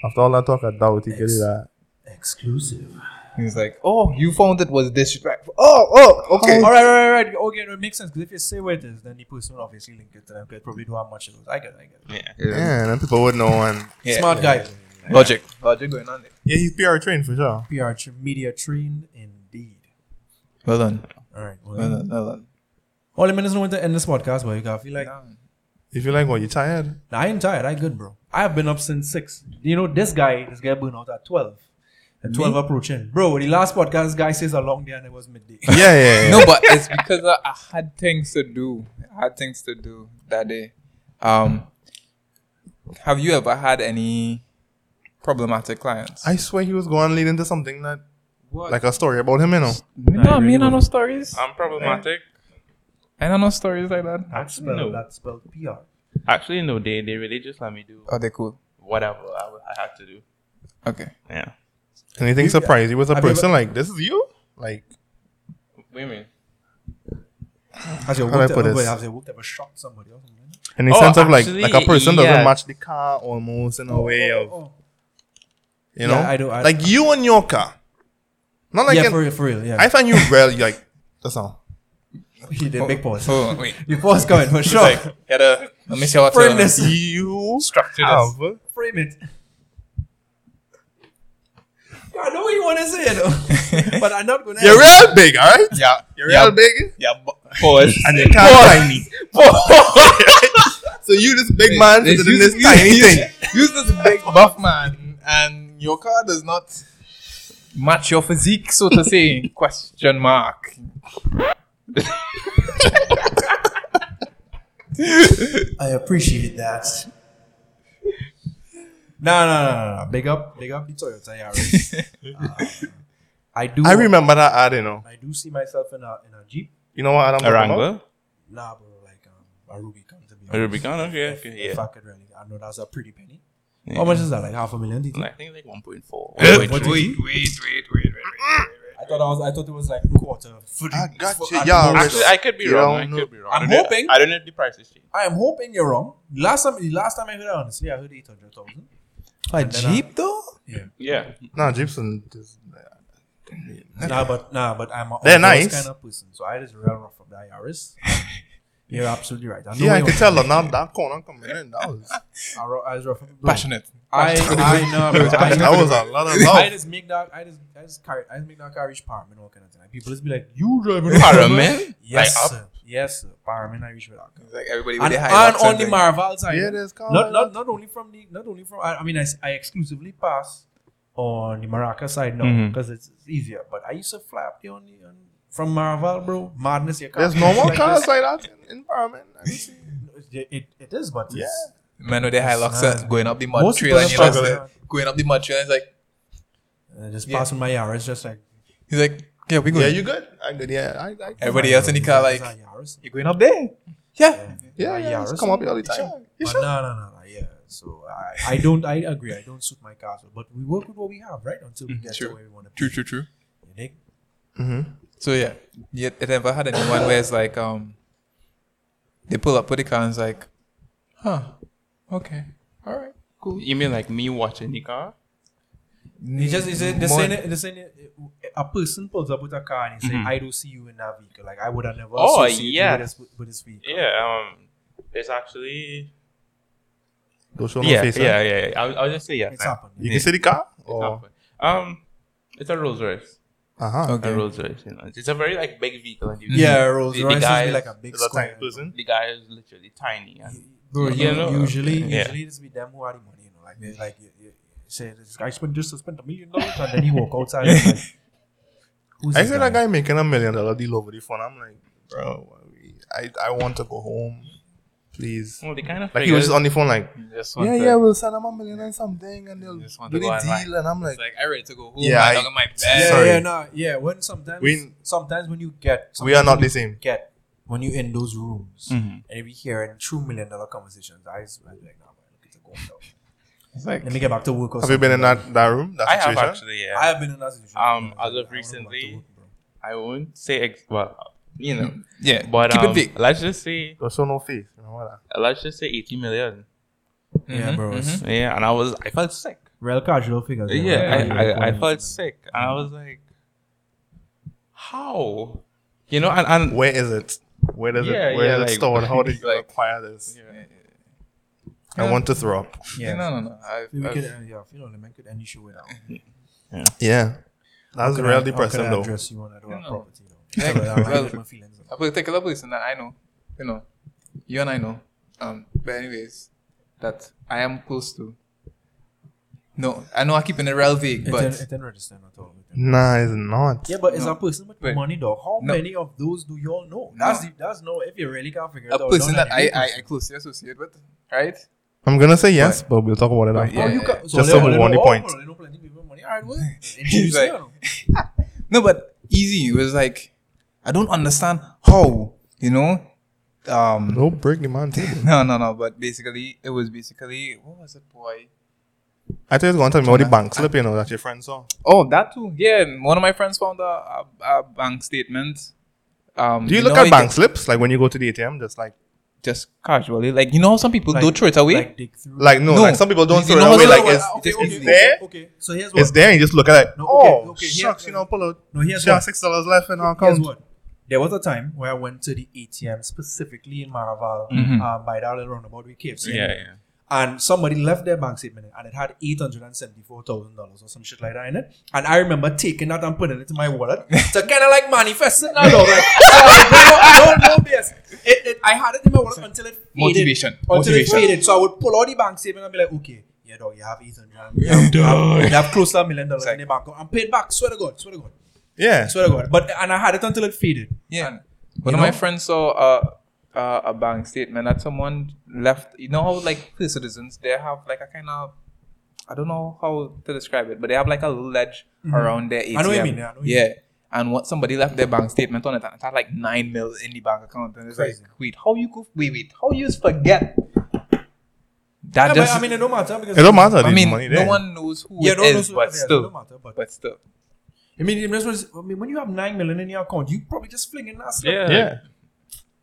S2: After all that talk, I doubt he gets that.
S1: Exclusive.
S3: He was like, oh, you found it was disrespectful. Oh, oh, okay.
S1: All right, right, right, right. Okay, no, it makes sense. Because if you say where it is, then the person will obviously link it to them. 'cause probably know how much it was. I get it, I get it.
S2: Yeah, and then people would know. And
S3: Yeah.
S1: Smart guy.
S3: Logic. Logic going on there.
S2: yeah, he's PR trained for sure.
S1: PR tr- media trained indeed.
S3: Well done.
S1: All right. Well,
S2: Uh,
S3: Well done. Well done.
S1: All the minutes know when to end this podcast, but you gotta feel like
S2: If you like what you tired,
S1: nah, I ain't tired. I good, bro. I have been up since six. You know, this guy, this guy been out at twelve. At twelve approaching, bro. The last podcast, this guy says a long day and it was midday.
S2: yeah, yeah, yeah.
S3: No, but it's because I, I had things to do. I had things to do that day. Um, have you ever had any problematic clients?
S2: I swear he was going to lead into something that,
S3: What? Um,
S2: like a story about him, you know.
S3: no, me and I know stories.
S4: I'm problematic.
S3: I don't know stories like that.
S1: That spelled
S4: No.
S1: that spelled PR.
S4: Actually, no, they they really just let me do
S3: Oh, they cool.
S4: whatever I, would- I had to do.
S3: Okay.
S4: Yeah.
S2: Anything surprised you was a
S1: have you
S2: person like this is you? Like
S4: Women.
S1: Has your
S2: How do I
S1: work
S2: put
S1: ever,
S2: this?
S1: has your work ever shocked somebody else?
S2: in the
S4: Oh,
S2: sense of like
S4: actually,
S2: like a person
S4: yeah.
S2: doesn't match the car almost in a way of
S1: Oh,
S2: you know
S1: Yeah, I do- I-
S2: like you and your car. Not like
S1: yeah,
S2: an-
S1: for real, for real. Yeah,
S2: I find you real like that's all.
S1: he did big pause.
S3: Oh, wait.
S1: Your pause coming for sure.
S3: Like, had a. Let me see what
S1: Frame this.
S2: You
S3: Structure this.
S2: have a
S1: Frame it. I know what you want to say, though, but I'm not gonna.
S2: You're real big, alright?
S3: Yeah.
S2: You're
S3: yeah.
S2: real big
S3: Yeah. bu- Pause.
S2: and your car tiny. so you this big man
S3: This-
S2: sitting in
S3: use-
S2: this tiny
S3: use-
S2: thing.
S3: Use this big buff man, and your car does not match your physique, so to say. Question mark.
S1: I appreciate that. No, no, no, no, no. Big up, big up the Toyota Yaris. Uh, I do.
S2: I remember that ad, you know.
S1: I do see myself in a in a Jeep.
S2: You know what ad I'm
S4: A
S2: talking
S4: Wrangler?
S1: Nah, bro, like um, a Rubicon to be
S4: A
S1: honest.
S4: Rubicon? Okay, okay, yeah.
S1: If I could really, I know that's a pretty penny. How much is that? Like half a million? do you think?
S4: I think like 1.4.
S2: Wait,
S1: What do you-
S3: wait, wait, wait, wait.
S1: I thought I was. I thought it was like quarter. For the-
S2: I got
S1: for-
S2: you,
S1: at
S2: y'all.
S1: most.
S4: Actually, I could be
S2: You
S4: wrong. I
S2: don't
S4: could
S2: know.
S4: be wrong.
S1: I'm
S4: I don't know-
S1: hoping.
S4: I don't know if the price is changed.
S1: I am hoping you're wrong. Last time, the last time I heard it, honestly, I heard eight hundred thousand.
S3: A
S1: then I-
S3: Jeep, though?
S4: Yeah.
S2: No, Gibson is
S1: Nah, but nah, but I'm a
S2: They're
S1: all-girls
S2: nice.
S1: kind of person, so I just real rough of the IRS. You're absolutely right. I know
S2: Yeah, I
S1: you're-
S2: can tell that now that corner coming in. That was
S1: I, ro- I, was rough- bro,
S3: Passionate.
S1: I, I know, bro. I,
S2: that was oh. a lot of
S1: I
S2: love.
S1: just make that. I just, I just carry. I just make that carriage palm and all kind of thing. And people just be like, "You driving a
S3: Para,
S2: eh?
S1: palm?"
S3: man.
S1: Yes,
S3: Like, up.
S1: sir. Yes, sir. Palm and Irish with that.
S3: It's Like everybody with
S1: And,
S3: their high
S1: and
S3: locks
S1: on the
S3: thing.
S1: Marval side,
S2: Yeah, there's cars
S1: not,
S2: like
S1: not not only from the not only from. I, I mean, I, s- I exclusively pass on the Maraca side now
S3: Mm-hmm.
S4: Mhm.
S1: because it's, it's easier. But I used to fly up the on the on, from Marval, bro. Madness, you can't.
S2: There's no more cars like that in environment. I see.
S1: It, it, it is, but yeah. it's,
S3: Man with their high locks
S1: Yes,
S3: are going up the mud
S1: Most
S3: trail and
S1: people
S3: you
S1: are
S3: know,
S1: struggling.
S3: going up the mud trail and it's like
S1: uh, just
S3: Yeah.
S1: passing my Yaris, just like
S3: he's like, Yeah, we
S2: Yeah,
S3: going.
S2: you good? I good. Yeah, I, I
S3: everybody else in the car like
S1: Yaris.
S3: you going up there? Yeah.
S2: yeah, yeah.
S1: Yaris.
S2: it's come up here all the time.
S1: But no, no, no, no. Yeah. So I, I don't. I agree. I don't suit my castle, but we work with what we have, right? Until we get
S3: Mm-hmm. true.
S1: to where we want to be.
S3: True, true, true.
S1: You dig?
S3: So yeah, yet it never had anyone where it's like um, they pull up with the car and it's like, huh, okay, all right, cool.
S4: You mean like me watching the car?
S1: It's just, it's just, they're
S3: More-
S1: saying, it- they're saying it- a person pulls up with a car and he say, "I don't see you in that vehicle. Like I would have never
S4: Mm-hmm. Oh,
S1: associated you
S4: yeah.
S1: with this with this vehicle."
S4: Yeah. Um. There's actually.
S2: Don't show no
S4: Yeah,
S2: face. huh?
S4: yeah, yeah, yeah. I'll, I'll just say yeah.
S1: It's happened.
S2: You can see the car. Oh,
S4: It's happened. Um, it's a Rolls Royce.
S2: Uh huh.
S4: A
S3: Okay.
S4: Rolls Royce. You know, it's a very like big vehicle. And you-
S1: Yeah, Rolls
S4: The- the
S1: Royce
S4: guy
S1: is
S4: is-
S1: like a big
S2: There's a tiny
S1: square.
S2: person.
S4: The guy is literally tiny. And
S1: Bro,
S4: Yeah,
S1: you-
S4: no.
S1: usually,
S4: Yeah.
S1: usually it's be them who are the money, you know. Like, they- like you, you say this guy spent just spent a million dollars and then he walk outside. and like, who's
S2: I
S1: this
S2: see that guy making a million dollar deal over the phone. I'm like, bro, I I want to go home, please.
S4: well, the kind of
S2: Like he was
S4: figures-
S2: just on the phone, like,
S3: Just
S2: yeah,
S3: to-
S2: yeah, we'll send him a million and something, and they'll do
S3: Just want
S2: the
S3: to go online.
S2: deal. And I'm like,
S3: It's like I ready to go home.
S2: Yeah,
S3: Yeah,
S2: I-
S3: I, dog in my
S1: Yeah,
S3: bed.
S2: Sorry.
S1: yeah, nah, yeah. When sometimes,
S2: We-
S1: sometimes when you get,
S2: we are
S1: sometimes
S2: not
S1: when
S2: the same.
S1: you get when you in those rooms
S4: Mhm.
S1: and we hearing true million dollar conversations, I was like, nah, man, look at the going down.
S3: It's like
S1: Let me get back to work. Or
S2: Have you been in that, that room? That
S4: I have
S2: situation?
S4: actually. Yeah.
S1: I have been in that situation.
S4: Um,
S1: I was
S4: as
S1: like, I
S4: of
S1: wanna go back to
S4: recently-
S1: work, bro.
S4: I won't say ex- well, you know,
S3: yeah,
S4: but
S3: Mm-hmm. keep
S4: um,
S3: it big.
S4: let's just say
S2: Don't show no face. You know what?
S4: let's just say 80 million.
S3: Mm-hmm.
S1: Yeah, bro. it's
S4: Yeah, and I was I felt sick.
S1: Real casual figures. you know,
S4: Yeah,
S1: like,
S4: I,
S1: like,
S4: I, I
S1: when-
S4: felt sick, and I was like, how? You know, and and
S2: Where is it? Where does
S4: Yeah,
S2: it? Where
S4: yeah,
S2: is it
S4: like-
S2: stored? How did you
S3: like-
S2: acquire this?
S3: Yeah,
S2: I want to throw up.
S1: Yeah.
S3: No, no, no. I,
S1: We
S3: I,
S1: could, uh, yeah, you know, the man could end issue with that.
S2: Yeah, that was
S1: Could
S2: real
S1: I-
S2: depressing
S1: how could I
S2: though.
S1: address you on that
S3: No.
S1: property, though?
S3: Yeah.
S1: Sorry, I might
S3: Well-
S1: get my feelings up.
S3: a particular person that I know, you know, you and I know. Um, but anyways, that I am close to. No, I know I keep it real vague,
S1: It
S3: but
S1: didn't- it didn't register at all. It didn't.
S2: Nah, it's not.
S1: Yeah, but it's a person with
S3: Wait.
S1: money, though. How
S3: No.
S1: many of those do y'all know? That's the, that's no. If you really can't figure it
S3: a
S1: out, don't
S3: person that
S1: let
S3: I,
S1: it be
S3: I, I
S1: person.
S3: closely associate with, right?
S2: I'm gonna say yes, but we'll talk about it
S3: But
S2: after.
S1: How
S3: yeah.
S1: you ca-
S2: Just
S1: they
S2: to
S1: already
S2: warn the
S1: know,
S2: point.
S1: oh, they know plenty people with money. All right, well, introduce
S3: like-
S1: me, you know.
S3: No, but easy. It was like I don't understand how you know. Um,
S2: No break the man. table.
S3: no, no, no. But basically, it was basically what was it, boy?
S2: I thought you was gonna tell me about the bank slip, you know, that your friend saw.
S3: Oh, that too. Yeah, one of my friends found a, a, a bank statement. Um,
S2: Do you, look
S3: know,
S2: at
S3: it-
S2: bank slips like when you go to the ATM? Just like,
S3: just casually? Like you know, how some people
S1: Like-
S3: don't throw it away.
S1: Like dig through.
S2: like no,
S3: No.
S2: like some people don't
S3: You
S2: throw it
S3: know
S2: away.
S3: what-
S2: Like
S3: what-
S2: it's,
S3: okay,
S2: it's,
S3: okay,
S2: it's there,
S1: Okay, so here's what.
S2: it's there, and you just look at it.
S1: No, okay,
S2: oh,
S1: okay, here-
S2: shucks, you know, pull out.
S1: No, here's
S2: She
S1: what.
S2: has six dollars left in our
S1: Here's
S2: account.
S1: what. There was a time where I went to the ATM specifically in Maraval uh, by that little roundabout with KFC.
S4: yeah, yeah.
S1: and somebody left their bank statement and it had eight hundred and seventy-four thousand dollars or some shit like that in it. And I remember taking that and putting it in my wallet to kind of like manifest it. Now, dog. like, no, no, no, BS. It, it, I had it in my wallet until it faded.
S3: Motivation.
S1: Until
S3: Motivation.
S1: it faded, so I would pull out the bank statement and be like, okay. Yeah, dog, you have 800. You have, you have, you have close to a million dollars in your bank account. I'm paid back. Swear to God. Swear to God.
S2: Yeah,
S1: Swear to God. But, and I had it until it faded.
S3: Yeah. One
S1: you
S3: of
S1: know-
S3: my friends saw a, a a bank statement that someone left. You know how like the citizens they have like a kind of I don't know how to describe it, but they have like a little ledge around their ATM.
S1: know what you mean, yeah, Mm-hmm. I know what you
S3: yeah. And what somebody left their bank statement on it, and it had like nine mil in the bank account, and it's like, wait, how you go? Wait, wait, how you just forget? That
S1: Yeah,
S3: just.
S1: but I mean, it don't matter because
S2: it don't matter.
S3: I
S2: There's
S3: mean,
S2: money
S3: no
S2: there.
S3: one knows who
S1: Yeah,
S3: it
S1: no, no,
S3: is,
S1: so-
S3: but
S1: yeah, it
S3: still,
S1: don't matter, but-
S3: but still,
S1: I mean, the investment is- I mean, when you have nine million in your account, you probably just flinging that stuff.
S4: Yeah.
S2: yeah,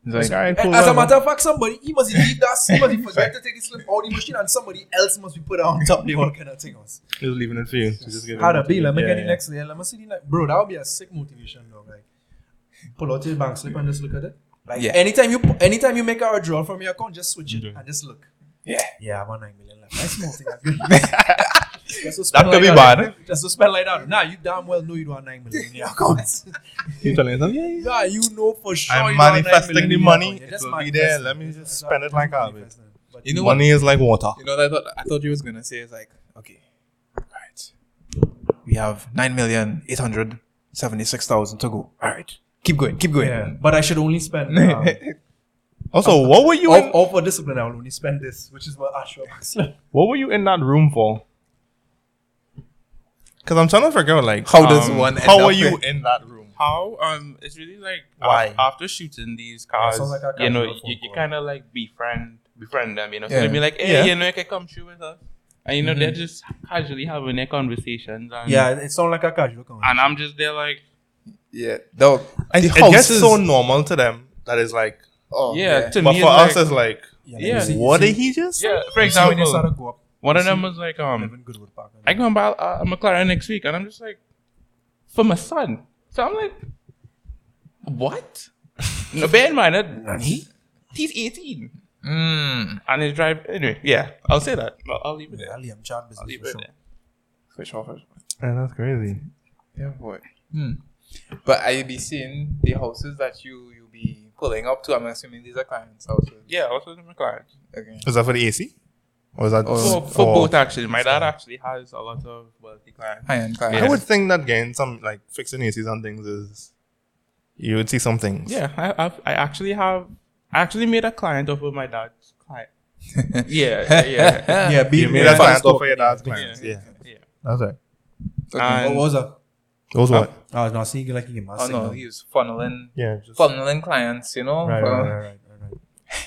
S3: It's like-
S2: All right,
S1: And
S2: cool,
S1: as a
S2: whatever.
S1: matter of fact, somebody he must leave that, somebody forget to take the slip out the machine, and somebody else must be put on top. They all kind of thing else.
S2: Just leaving it for you. So just get
S1: How
S2: it.
S1: to be? Let me
S2: Yeah,
S1: get the
S2: yeah.
S1: next layer. Let me see the next. Bro, that would be a sick motivation, dog. Like, pull out your bank slip and just look at it. Like
S3: Yeah.
S1: anytime you anytime you make a withdrawal from your account, just switch
S2: Mm-hmm.
S1: it and just look.
S3: Yeah.
S1: Yeah, I want nine million left. That's small thing. that
S5: That could be
S2: eh?
S5: bad.
S1: Just to spend like that. Nah, you damn well know you don't have nine million in your account.
S2: You telling yourself, yeah, yeah.
S1: yeah, you know for sure.
S2: I'm
S1: you don't have nine
S2: manifesting
S1: million
S2: the
S1: in your
S2: money.
S1: account. Yeah,
S2: It
S1: just
S2: will be
S1: manifest
S2: there.
S1: it.
S2: Let me just
S1: That's
S2: spend it
S1: all.
S2: like garbage.
S1: Manifest it. But
S3: You know
S2: Money is like water.
S3: You know, what I thought I thought you was gonna say is like, okay, all right, we have nine million eight hundred seventy-six thousand to go. All right, keep going, keep going.
S1: Yeah, but I should only spend. Um,
S2: Also, what were you
S1: all,
S2: in,
S1: all for discipline, I will only spend this, which is what Ashwa
S2: what were you in that room for? Because I'm trying to figure out like
S3: How does one end
S2: um, how
S3: up
S2: are you
S3: with-
S2: in that room?
S4: How? Um, it's really like af-
S2: Why?
S4: after shooting these cars,
S1: sounds like I got
S4: you know,
S1: another phone
S4: you, you
S1: call.
S4: kind of like befriend befriend them, you know. So
S3: Yeah.
S4: they'll be like, hey,
S2: Yeah.
S4: you know, you can come shoot with us, and you know,
S3: Mm-hmm.
S4: they're just casually having their conversations, and
S1: it sounds like a casual
S4: and I'm just there like,
S3: yeah, dog.
S2: And
S3: the
S2: it gets
S3: houses-
S2: so normal to them that it's like,
S3: oh,
S4: yeah, to
S2: but
S4: me,
S2: for
S4: it's
S2: us,
S4: like,
S2: it's like,
S4: yeah,
S2: what did he just? say?
S4: yeah. For
S1: started
S4: example,
S1: go up
S4: one of them was like, um,
S1: in Goodwood Park.
S4: I can buy uh, a, a McLaren next week, and I'm just like, for my son. So I'm like, what? no, bear in mind that he, he's 18
S3: Mm,
S4: and he's drive anyway. Yeah, I'll say that. I'll, I'll leave it there.
S1: Ali, I'm chat
S4: I'll
S1: business
S4: leave
S1: for
S4: it
S1: sure.
S4: there.
S3: switch off. it.
S2: Yeah, that's crazy.
S3: Yeah, boy. Hmm. But I be seeing the houses that you you be pulling up to. I'm assuming these are clients' houses.
S4: Yeah, also the McLaren.
S3: Okay.
S2: Is that for the AC? Or is that
S4: For,
S2: for-
S4: Oh, for both actually, my dad actually has a lot of wealthy clients.
S3: High-end clients.
S2: I would think that getting some like fixing ACs and things is you would see some things.
S4: Yeah, I I've, I actually have. I actually made a client off of my dad's client. yeah, yeah,
S1: Yeah, be
S2: You made a client offer your dad's clients. Yeah.
S4: yeah.
S2: That's right.
S1: What
S4: And-
S1: was that?
S2: Those what?
S1: I was not seeing like you give
S3: Oh no, he was funneling
S2: Yeah. Just,
S3: funneling clients. You know. Uh,
S1: Right,
S3: for-
S1: right, right, right, right, right. I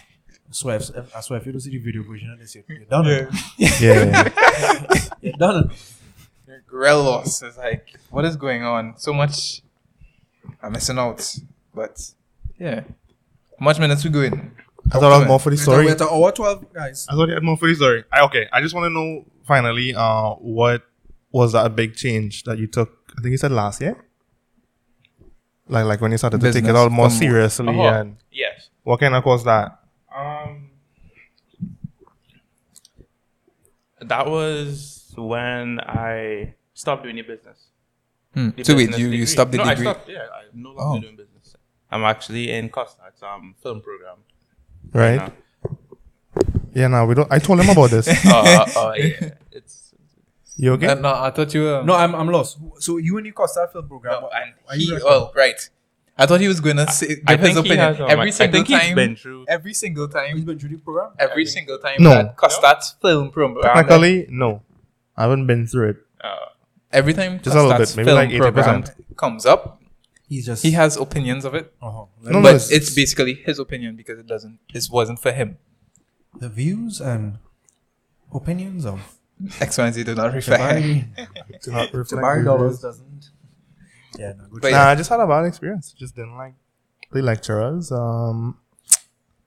S1: swear, if, I swear, if you don't see the video version of this, you're, you're done.
S2: yeah. yeah.
S1: You're done.
S3: Rel loss is like, what is going on? So much, I'm missing out. But yeah, much minutes we go in.
S2: I thought I was more for the story.
S1: We're at hour 12, guys.
S2: I thought you had more for the story. I, okay, I just want to know finally, uh, what was that big change that you took? I think you said last year. Like, like when you started to take it
S3: Business
S2: all more
S3: from-
S2: seriously,
S4: Uh-huh.
S2: and
S4: Yes.
S2: what kind of caused that?
S4: Um, that was when I stopped doing the business.
S3: Hmm.
S4: The
S3: So wait,
S4: business
S3: you, you
S4: degree.
S3: stopped the
S4: no,
S3: degree?
S4: I stopped, yeah, I'm no
S3: Oh.
S4: longer doing business. I'm actually in Costax, um, film program.
S2: Right?
S4: now.
S2: Yeah. No, we don't. I told him about this.
S4: Uh, uh, yeah, it's
S2: You okay?
S3: Uh, no, I thought you were.
S1: No, I'm, I'm lost. So you and you caught that film program.
S3: No,
S1: but-
S3: and
S1: are
S3: he,
S1: you
S3: oh, right. I thought he was gonna say, give
S4: I
S3: his
S4: think he
S3: opinion
S4: has, um,
S3: every
S4: I- I
S3: single
S4: think he's
S3: time.
S4: been through-
S3: Every single
S1: he's
S3: time.
S1: been through the program?
S3: Every single time
S2: No.
S3: that Costat's film uh, program.
S2: Technically, no. I haven't been through it.
S4: uh,
S3: Every time
S2: Just a little
S3: Costat's
S2: bit, maybe
S3: film
S2: like 80%.
S3: program comes up,
S1: He's just.
S3: he has opinions of it.
S1: uh-huh.
S2: No,
S3: but
S2: no,
S3: it's, basically his opinion because it doesn't. This wasn't for him.
S1: The views and opinions of
S3: X Y and Z did not reflect.
S1: Tabari.
S2: do not reflect
S1: Tabari
S2: the
S1: dollars
S2: results.
S1: doesn't. Yeah, no, good.
S3: But
S2: Nah,
S3: yeah,
S2: I just had a bad experience. Just didn't like the lecturers. Um,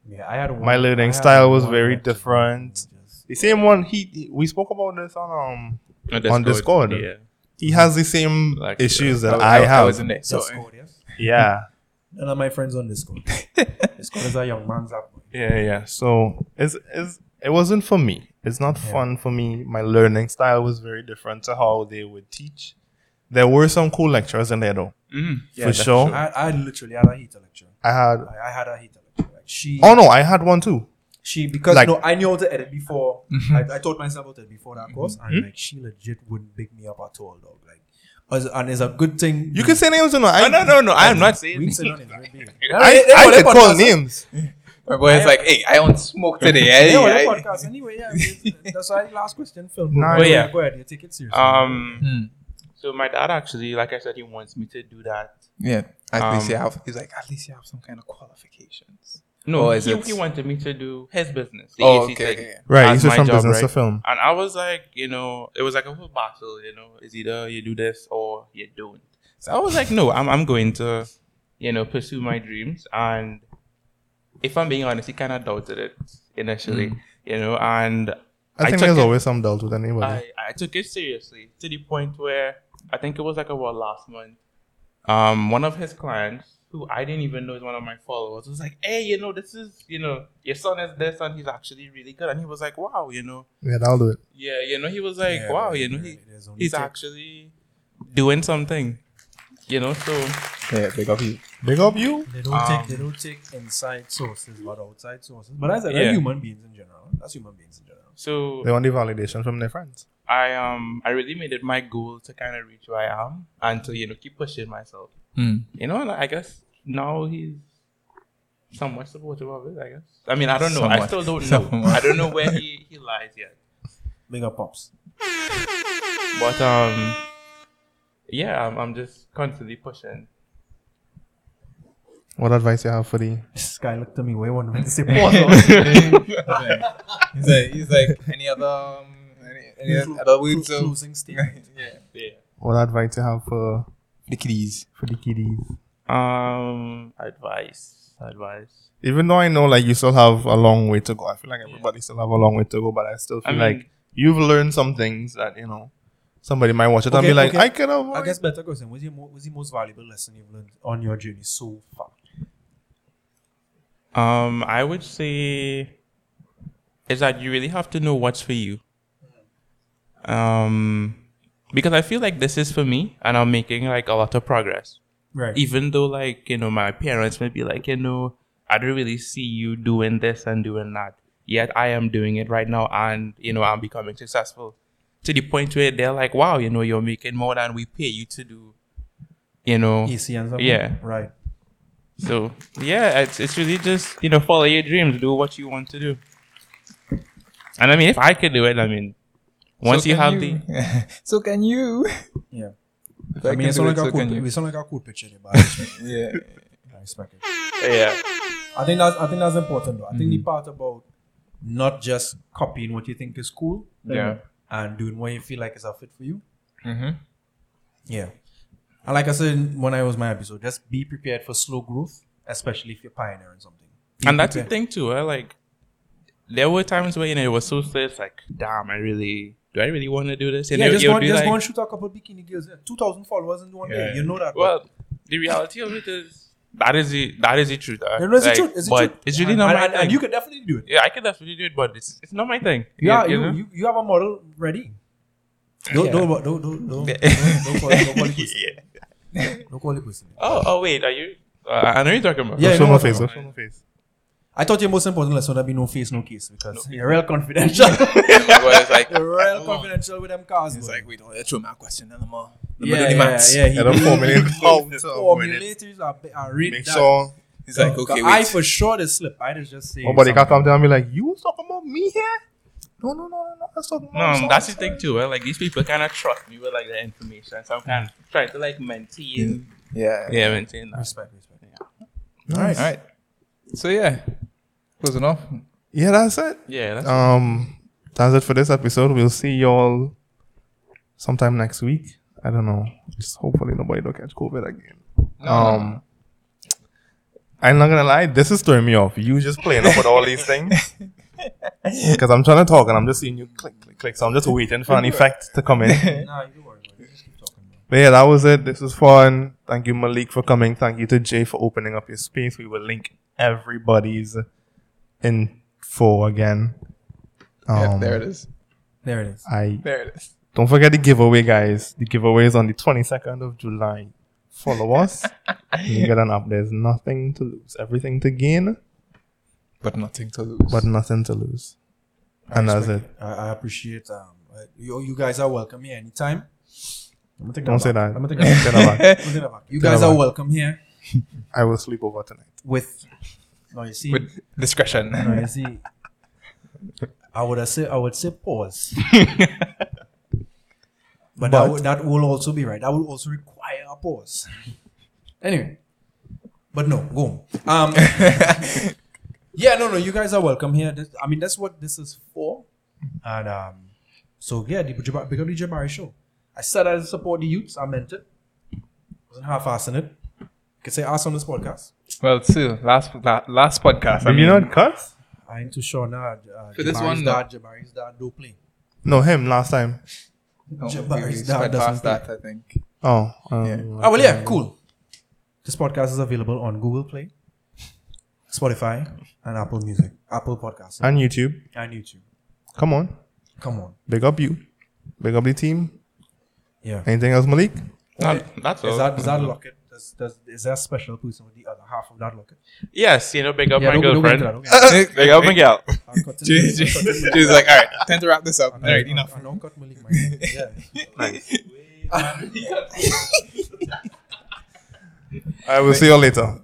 S1: Yeah, I had one.
S2: my
S1: I
S2: learning
S1: had
S2: style was
S1: one
S2: very
S1: lecture.
S2: different. The same one he he- we spoke about this on um On Discord.
S4: Yeah.
S2: he has the same
S4: Like,
S2: issues that
S3: I-
S2: I,
S3: I, I
S2: have.
S3: was in there. So, uh,
S1: Discord, yes.
S2: yeah.
S1: None of my friends on Discord. Discord is a young man's app.
S2: Yeah, yeah. So it's, it's it wasn't for me. It's not fun for me. My learning style was very different to how they would teach. There were some cool lecturers in there though.
S4: Mm.
S2: for sure.
S1: I, I literally had a heater lecture.
S2: I had
S1: I, I had a heater lecture. Like she,
S2: Oh no, I had one too.
S1: she because
S2: like-
S1: no, I knew how to edit before. I, I taught myself how to edit before that course,
S2: Hmm?
S1: and like she legit wouldn't pick me up at all, dog. Like, as- and it's a good thing.
S2: You can say names or no. I,
S4: Oh, No, no, no. I am not saying.
S1: we say none is very big.
S2: I, I, could call names.
S3: my boy is like, hey, I don't smoke today. eh?
S1: Yeah, well, the
S3: I-
S1: podcast anyway. Yeah, it's- that's why last question film.
S2: Nah,
S1: go,
S4: But yeah.
S1: ahead, go ahead, you take it seriously.
S4: Um.
S3: Hmm.
S4: So my dad actually, like I said, he wants me to do that.
S3: Yeah, at least
S4: Um,
S3: you have. He's like, at least you have some kind of qualifications.
S4: No,
S3: Or is
S4: he,
S3: it-
S4: he wanted me to do his business. the
S3: Oh,
S4: AC
S3: okay,
S4: thing.
S3: okay.
S2: Right,
S4: That's
S2: he's
S4: my
S2: from
S4: job,
S2: business to
S4: right?
S2: film.
S4: And I was like, you know, it was like a whole battle, you know, it's either you do this or you don't. So I was like, no, I'm, I'm going to, you know, pursue my dreams. And if I'm being honest, he kind of doubted it initially,
S3: Mm.
S4: you know, and
S2: I, think
S4: took
S2: there's
S4: it-
S2: always some doubt with anybody.
S4: I, I took it seriously to the point where I think it was like about last month. Um, one of his clients who I didn't even know is one of my followers was like, hey, you know, this is, you know, your son is this and he's actually really good. And he was like, wow, you know,
S2: Yeah, that'll do it.
S4: yeah, you know, he was like,
S1: Yeah,
S4: wow, you know, he,
S1: there's only
S4: he's
S1: tech.
S4: actually doing something, you know, so
S3: Yeah, big up you.
S2: Big up you.
S1: They don't take
S3: Um,
S1: they don't take inside sources but outside sources. But as I said,
S4: Yeah.
S1: that's human beings in general. That's human beings in general.
S4: so
S2: They want the validation from their friends.
S4: I um I really made it my goal to kind of reach where I am and to you know keep pushing myself.
S3: Hmm.
S4: You know, and I guess now he's somewhat supportive of it. I guess. I mean, I don't know. I
S3: Somewhat.
S4: still don't know.
S3: Somewhat.
S4: I don't know where he he lies yet.
S1: Big up pops.
S4: But um, yeah, I'm I'm just constantly pushing.
S2: What advice you have for the?
S1: This guy looked at me way one minute to say
S3: He's like, he's like any other, um, any, any other words? So,
S1: closing statement.
S3: yeah.
S4: Yeah.
S2: What advice you have for
S3: The kiddies.
S2: for the kiddies?
S4: Um, advice, advice.
S2: Even though I know like you still have a long way to go, I feel like everybody still have a long way to go. But I still feel
S4: mean-
S2: like you've learned some things that you know somebody might watch it and
S1: Okay,
S2: be like,
S1: okay.
S2: I could have.
S1: I guess better question. What's your mo- what's the most valuable lesson you've learned on your journey so far?
S4: Um, I would say is that you really have to know what's for you. Um, because I feel like this is for me, and I'm making like a lot of progress.
S1: Right.
S4: Even though, like you know, my parents may be like, you know, I don't really see you doing this and doing that. Yet I am doing it right now, and you know, I'm becoming successful to the point where they're like, wow, you know, you're making more than we pay you to do. You know,
S1: Easy and stuff.
S4: Yeah.
S1: Right.
S4: so yeah, it's it's really just you know follow your dreams, do what you want to do. And I mean, if I could do it, I mean, once you have the
S3: the. so can you?
S1: Yeah.
S3: If
S1: I mean,
S3: can
S1: it's
S3: do
S1: not like
S3: it,
S1: a
S3: so
S1: cool.
S3: can
S1: pi-
S3: you.
S1: It's not like a cool picture, there, but I respect it.
S3: Yeah.
S1: I respect it.
S4: yeah
S1: I think that's I think that's important though. I
S3: Mm-hmm.
S1: think the part about not just copying what you think is cool,
S3: Yeah.
S1: and doing what you feel like is a fit for you.
S3: Mm-hmm.
S1: Yeah. And like I said when I was my episode, just be prepared for slow growth, especially if you're pioneering something. Be
S4: and that's the
S1: prepared.
S4: thing too. eh, like, there were times where you know it was so serious, like, damn, I really do I really want to do this? And
S1: Yeah,
S4: you-
S1: just,
S4: you'll
S1: go, and-
S4: be
S1: just go
S4: like,
S1: and shoot a couple bikini girls. Yeah, 2,000 followers in one day.
S3: Yeah.
S1: You know that.
S4: well, the reality of it is that is the that is the truth. eh.
S1: you know, it's
S4: Like,
S1: the truth. It's the
S4: but
S1: truth.
S4: it's really
S1: and,
S4: not
S1: and,
S4: my
S1: and,
S4: thing.
S1: and you can definitely do it.
S4: yeah, I could definitely do it, but it's it's not my thing.
S1: Yeah,
S4: you,
S1: you,
S4: know?
S1: you, you have a model ready. Don't, don't, don't, don't, don't, don't, don't call it don't call it pussy. Don't call it pussy.
S4: oh oh wait, are you? Uh, I know you're talking about.
S1: Yeah,
S2: Show
S1: no,
S2: my
S1: no,
S2: face.
S1: no.
S2: Show my face.
S1: I thought your most important lesson would be no face, no case because you're real confidential.
S3: but it's like,
S1: you're real confidential with them cars.
S3: it's
S1: boy.
S3: like, we don't let you my question anymore.
S1: yeah,
S3: do the
S1: yeah,
S3: maths.
S1: yeah, he
S2: I don't
S1: did.
S2: formulate.
S1: formulators are, are read
S2: Make
S1: that.
S2: sure.
S3: He's like, okay,
S1: I
S3: wait.
S1: for sure did slip. I did just say.
S2: Oh, but they
S1: something.
S2: can't come down and be like, you was talking about me here? No, no, no, no, no. That's talking
S4: No,
S2: about
S4: um, that's the thing too. eh, Like these people kind of trust me with like the information, so I'm kind of trying to like maintain.
S3: yeah.
S4: Yeah, maintain that.
S1: Respect, respect.
S2: All right.
S3: All right. So yeah, closing off.
S2: Yeah, that's it.
S4: Yeah, that's
S2: Um, that's it for this episode. We'll see y'all sometime next week. I don't know. Just hopefully nobody don't catch COVID again. Um, I'm not gonna lie. This is throwing me off. You just playing up with all these things because I'm trying to talk and I'm just seeing you click, click, click. So I'm just waiting for an effect to come in.
S1: Nah, you don't worry. About it. Just keep talking. Man.
S2: But yeah, that was it. This was fun. Thank you, Malik, for coming. Thank you to Jay for opening up your space. We will link everybody's info again.
S3: yeah,
S2: Um,
S3: there it is.
S1: There it is.
S2: I
S3: There it is.
S2: don't forget the giveaway, guys. The giveaway is on the 22nd of July. Follow us. you get an up. There's nothing to lose, everything to gain,
S3: But nothing to lose.
S2: but nothing to lose. And that's it.
S1: I, I appreciate. Um, uh, you, you guys are welcome here anytime. I'm gonna take
S2: Don't say
S1: back.
S2: that.
S1: I'm gonna take
S2: Don't
S1: that.
S2: say that
S1: back.
S2: back.
S1: I'm gonna take that back. You
S2: Take
S1: guys
S2: that
S1: are
S2: back.
S1: welcome here
S2: I will sleep over tonight.
S1: with. No, you see.
S3: With discretion.
S1: no, you see. I would say I would say pause. but that,
S2: But-
S1: would, that will also be right. That would also require a pause. Anyway, but no, go. On. Um, yeah, no, no. You guys are welcome here. This- I mean, that's what this is for. And um, so yeah, the Jabari, big up the Jabari show. I said I support the youths. I meant it. Wasn't half-assing it. You can say ass on this podcast.
S3: well, too. Last la- last podcast. I
S2: Did you
S3: mean,
S2: not cuss?
S1: I ain't too sure now. Uh,
S3: For this
S1: Jabari's
S3: one,
S1: dad, Jabari's dad do play.
S2: No, him last time.
S3: no, we-
S1: Jabari's
S3: we
S1: dad
S3: went
S1: doesn't
S3: past that, I think.
S2: Oh, um,
S3: Yeah.
S1: Oh well, yeah, cool. This podcast is available on Google Play, Spotify, and Apple Music, Apple Podcasts,
S2: And YouTube.
S1: and YouTube.
S2: Come on.
S1: Come on,
S2: Big up you. Big up the team.
S1: yeah.
S2: Anything else, Malik?
S4: No, that's all.
S1: Is that is that locket? Does, does, is that special person with the other half of that locket?
S4: yes, you know, big up
S1: Yeah,
S4: my
S1: don't, don't go into
S4: girlfriend.
S1: that. Don't go into that.
S4: big up Miguel.
S1: I'll cut to
S3: She's
S1: the-
S3: she's like, all right, time to wrap this up. All right, enough.
S1: I don't cut Malik, my name. Yeah.
S2: I will see you later.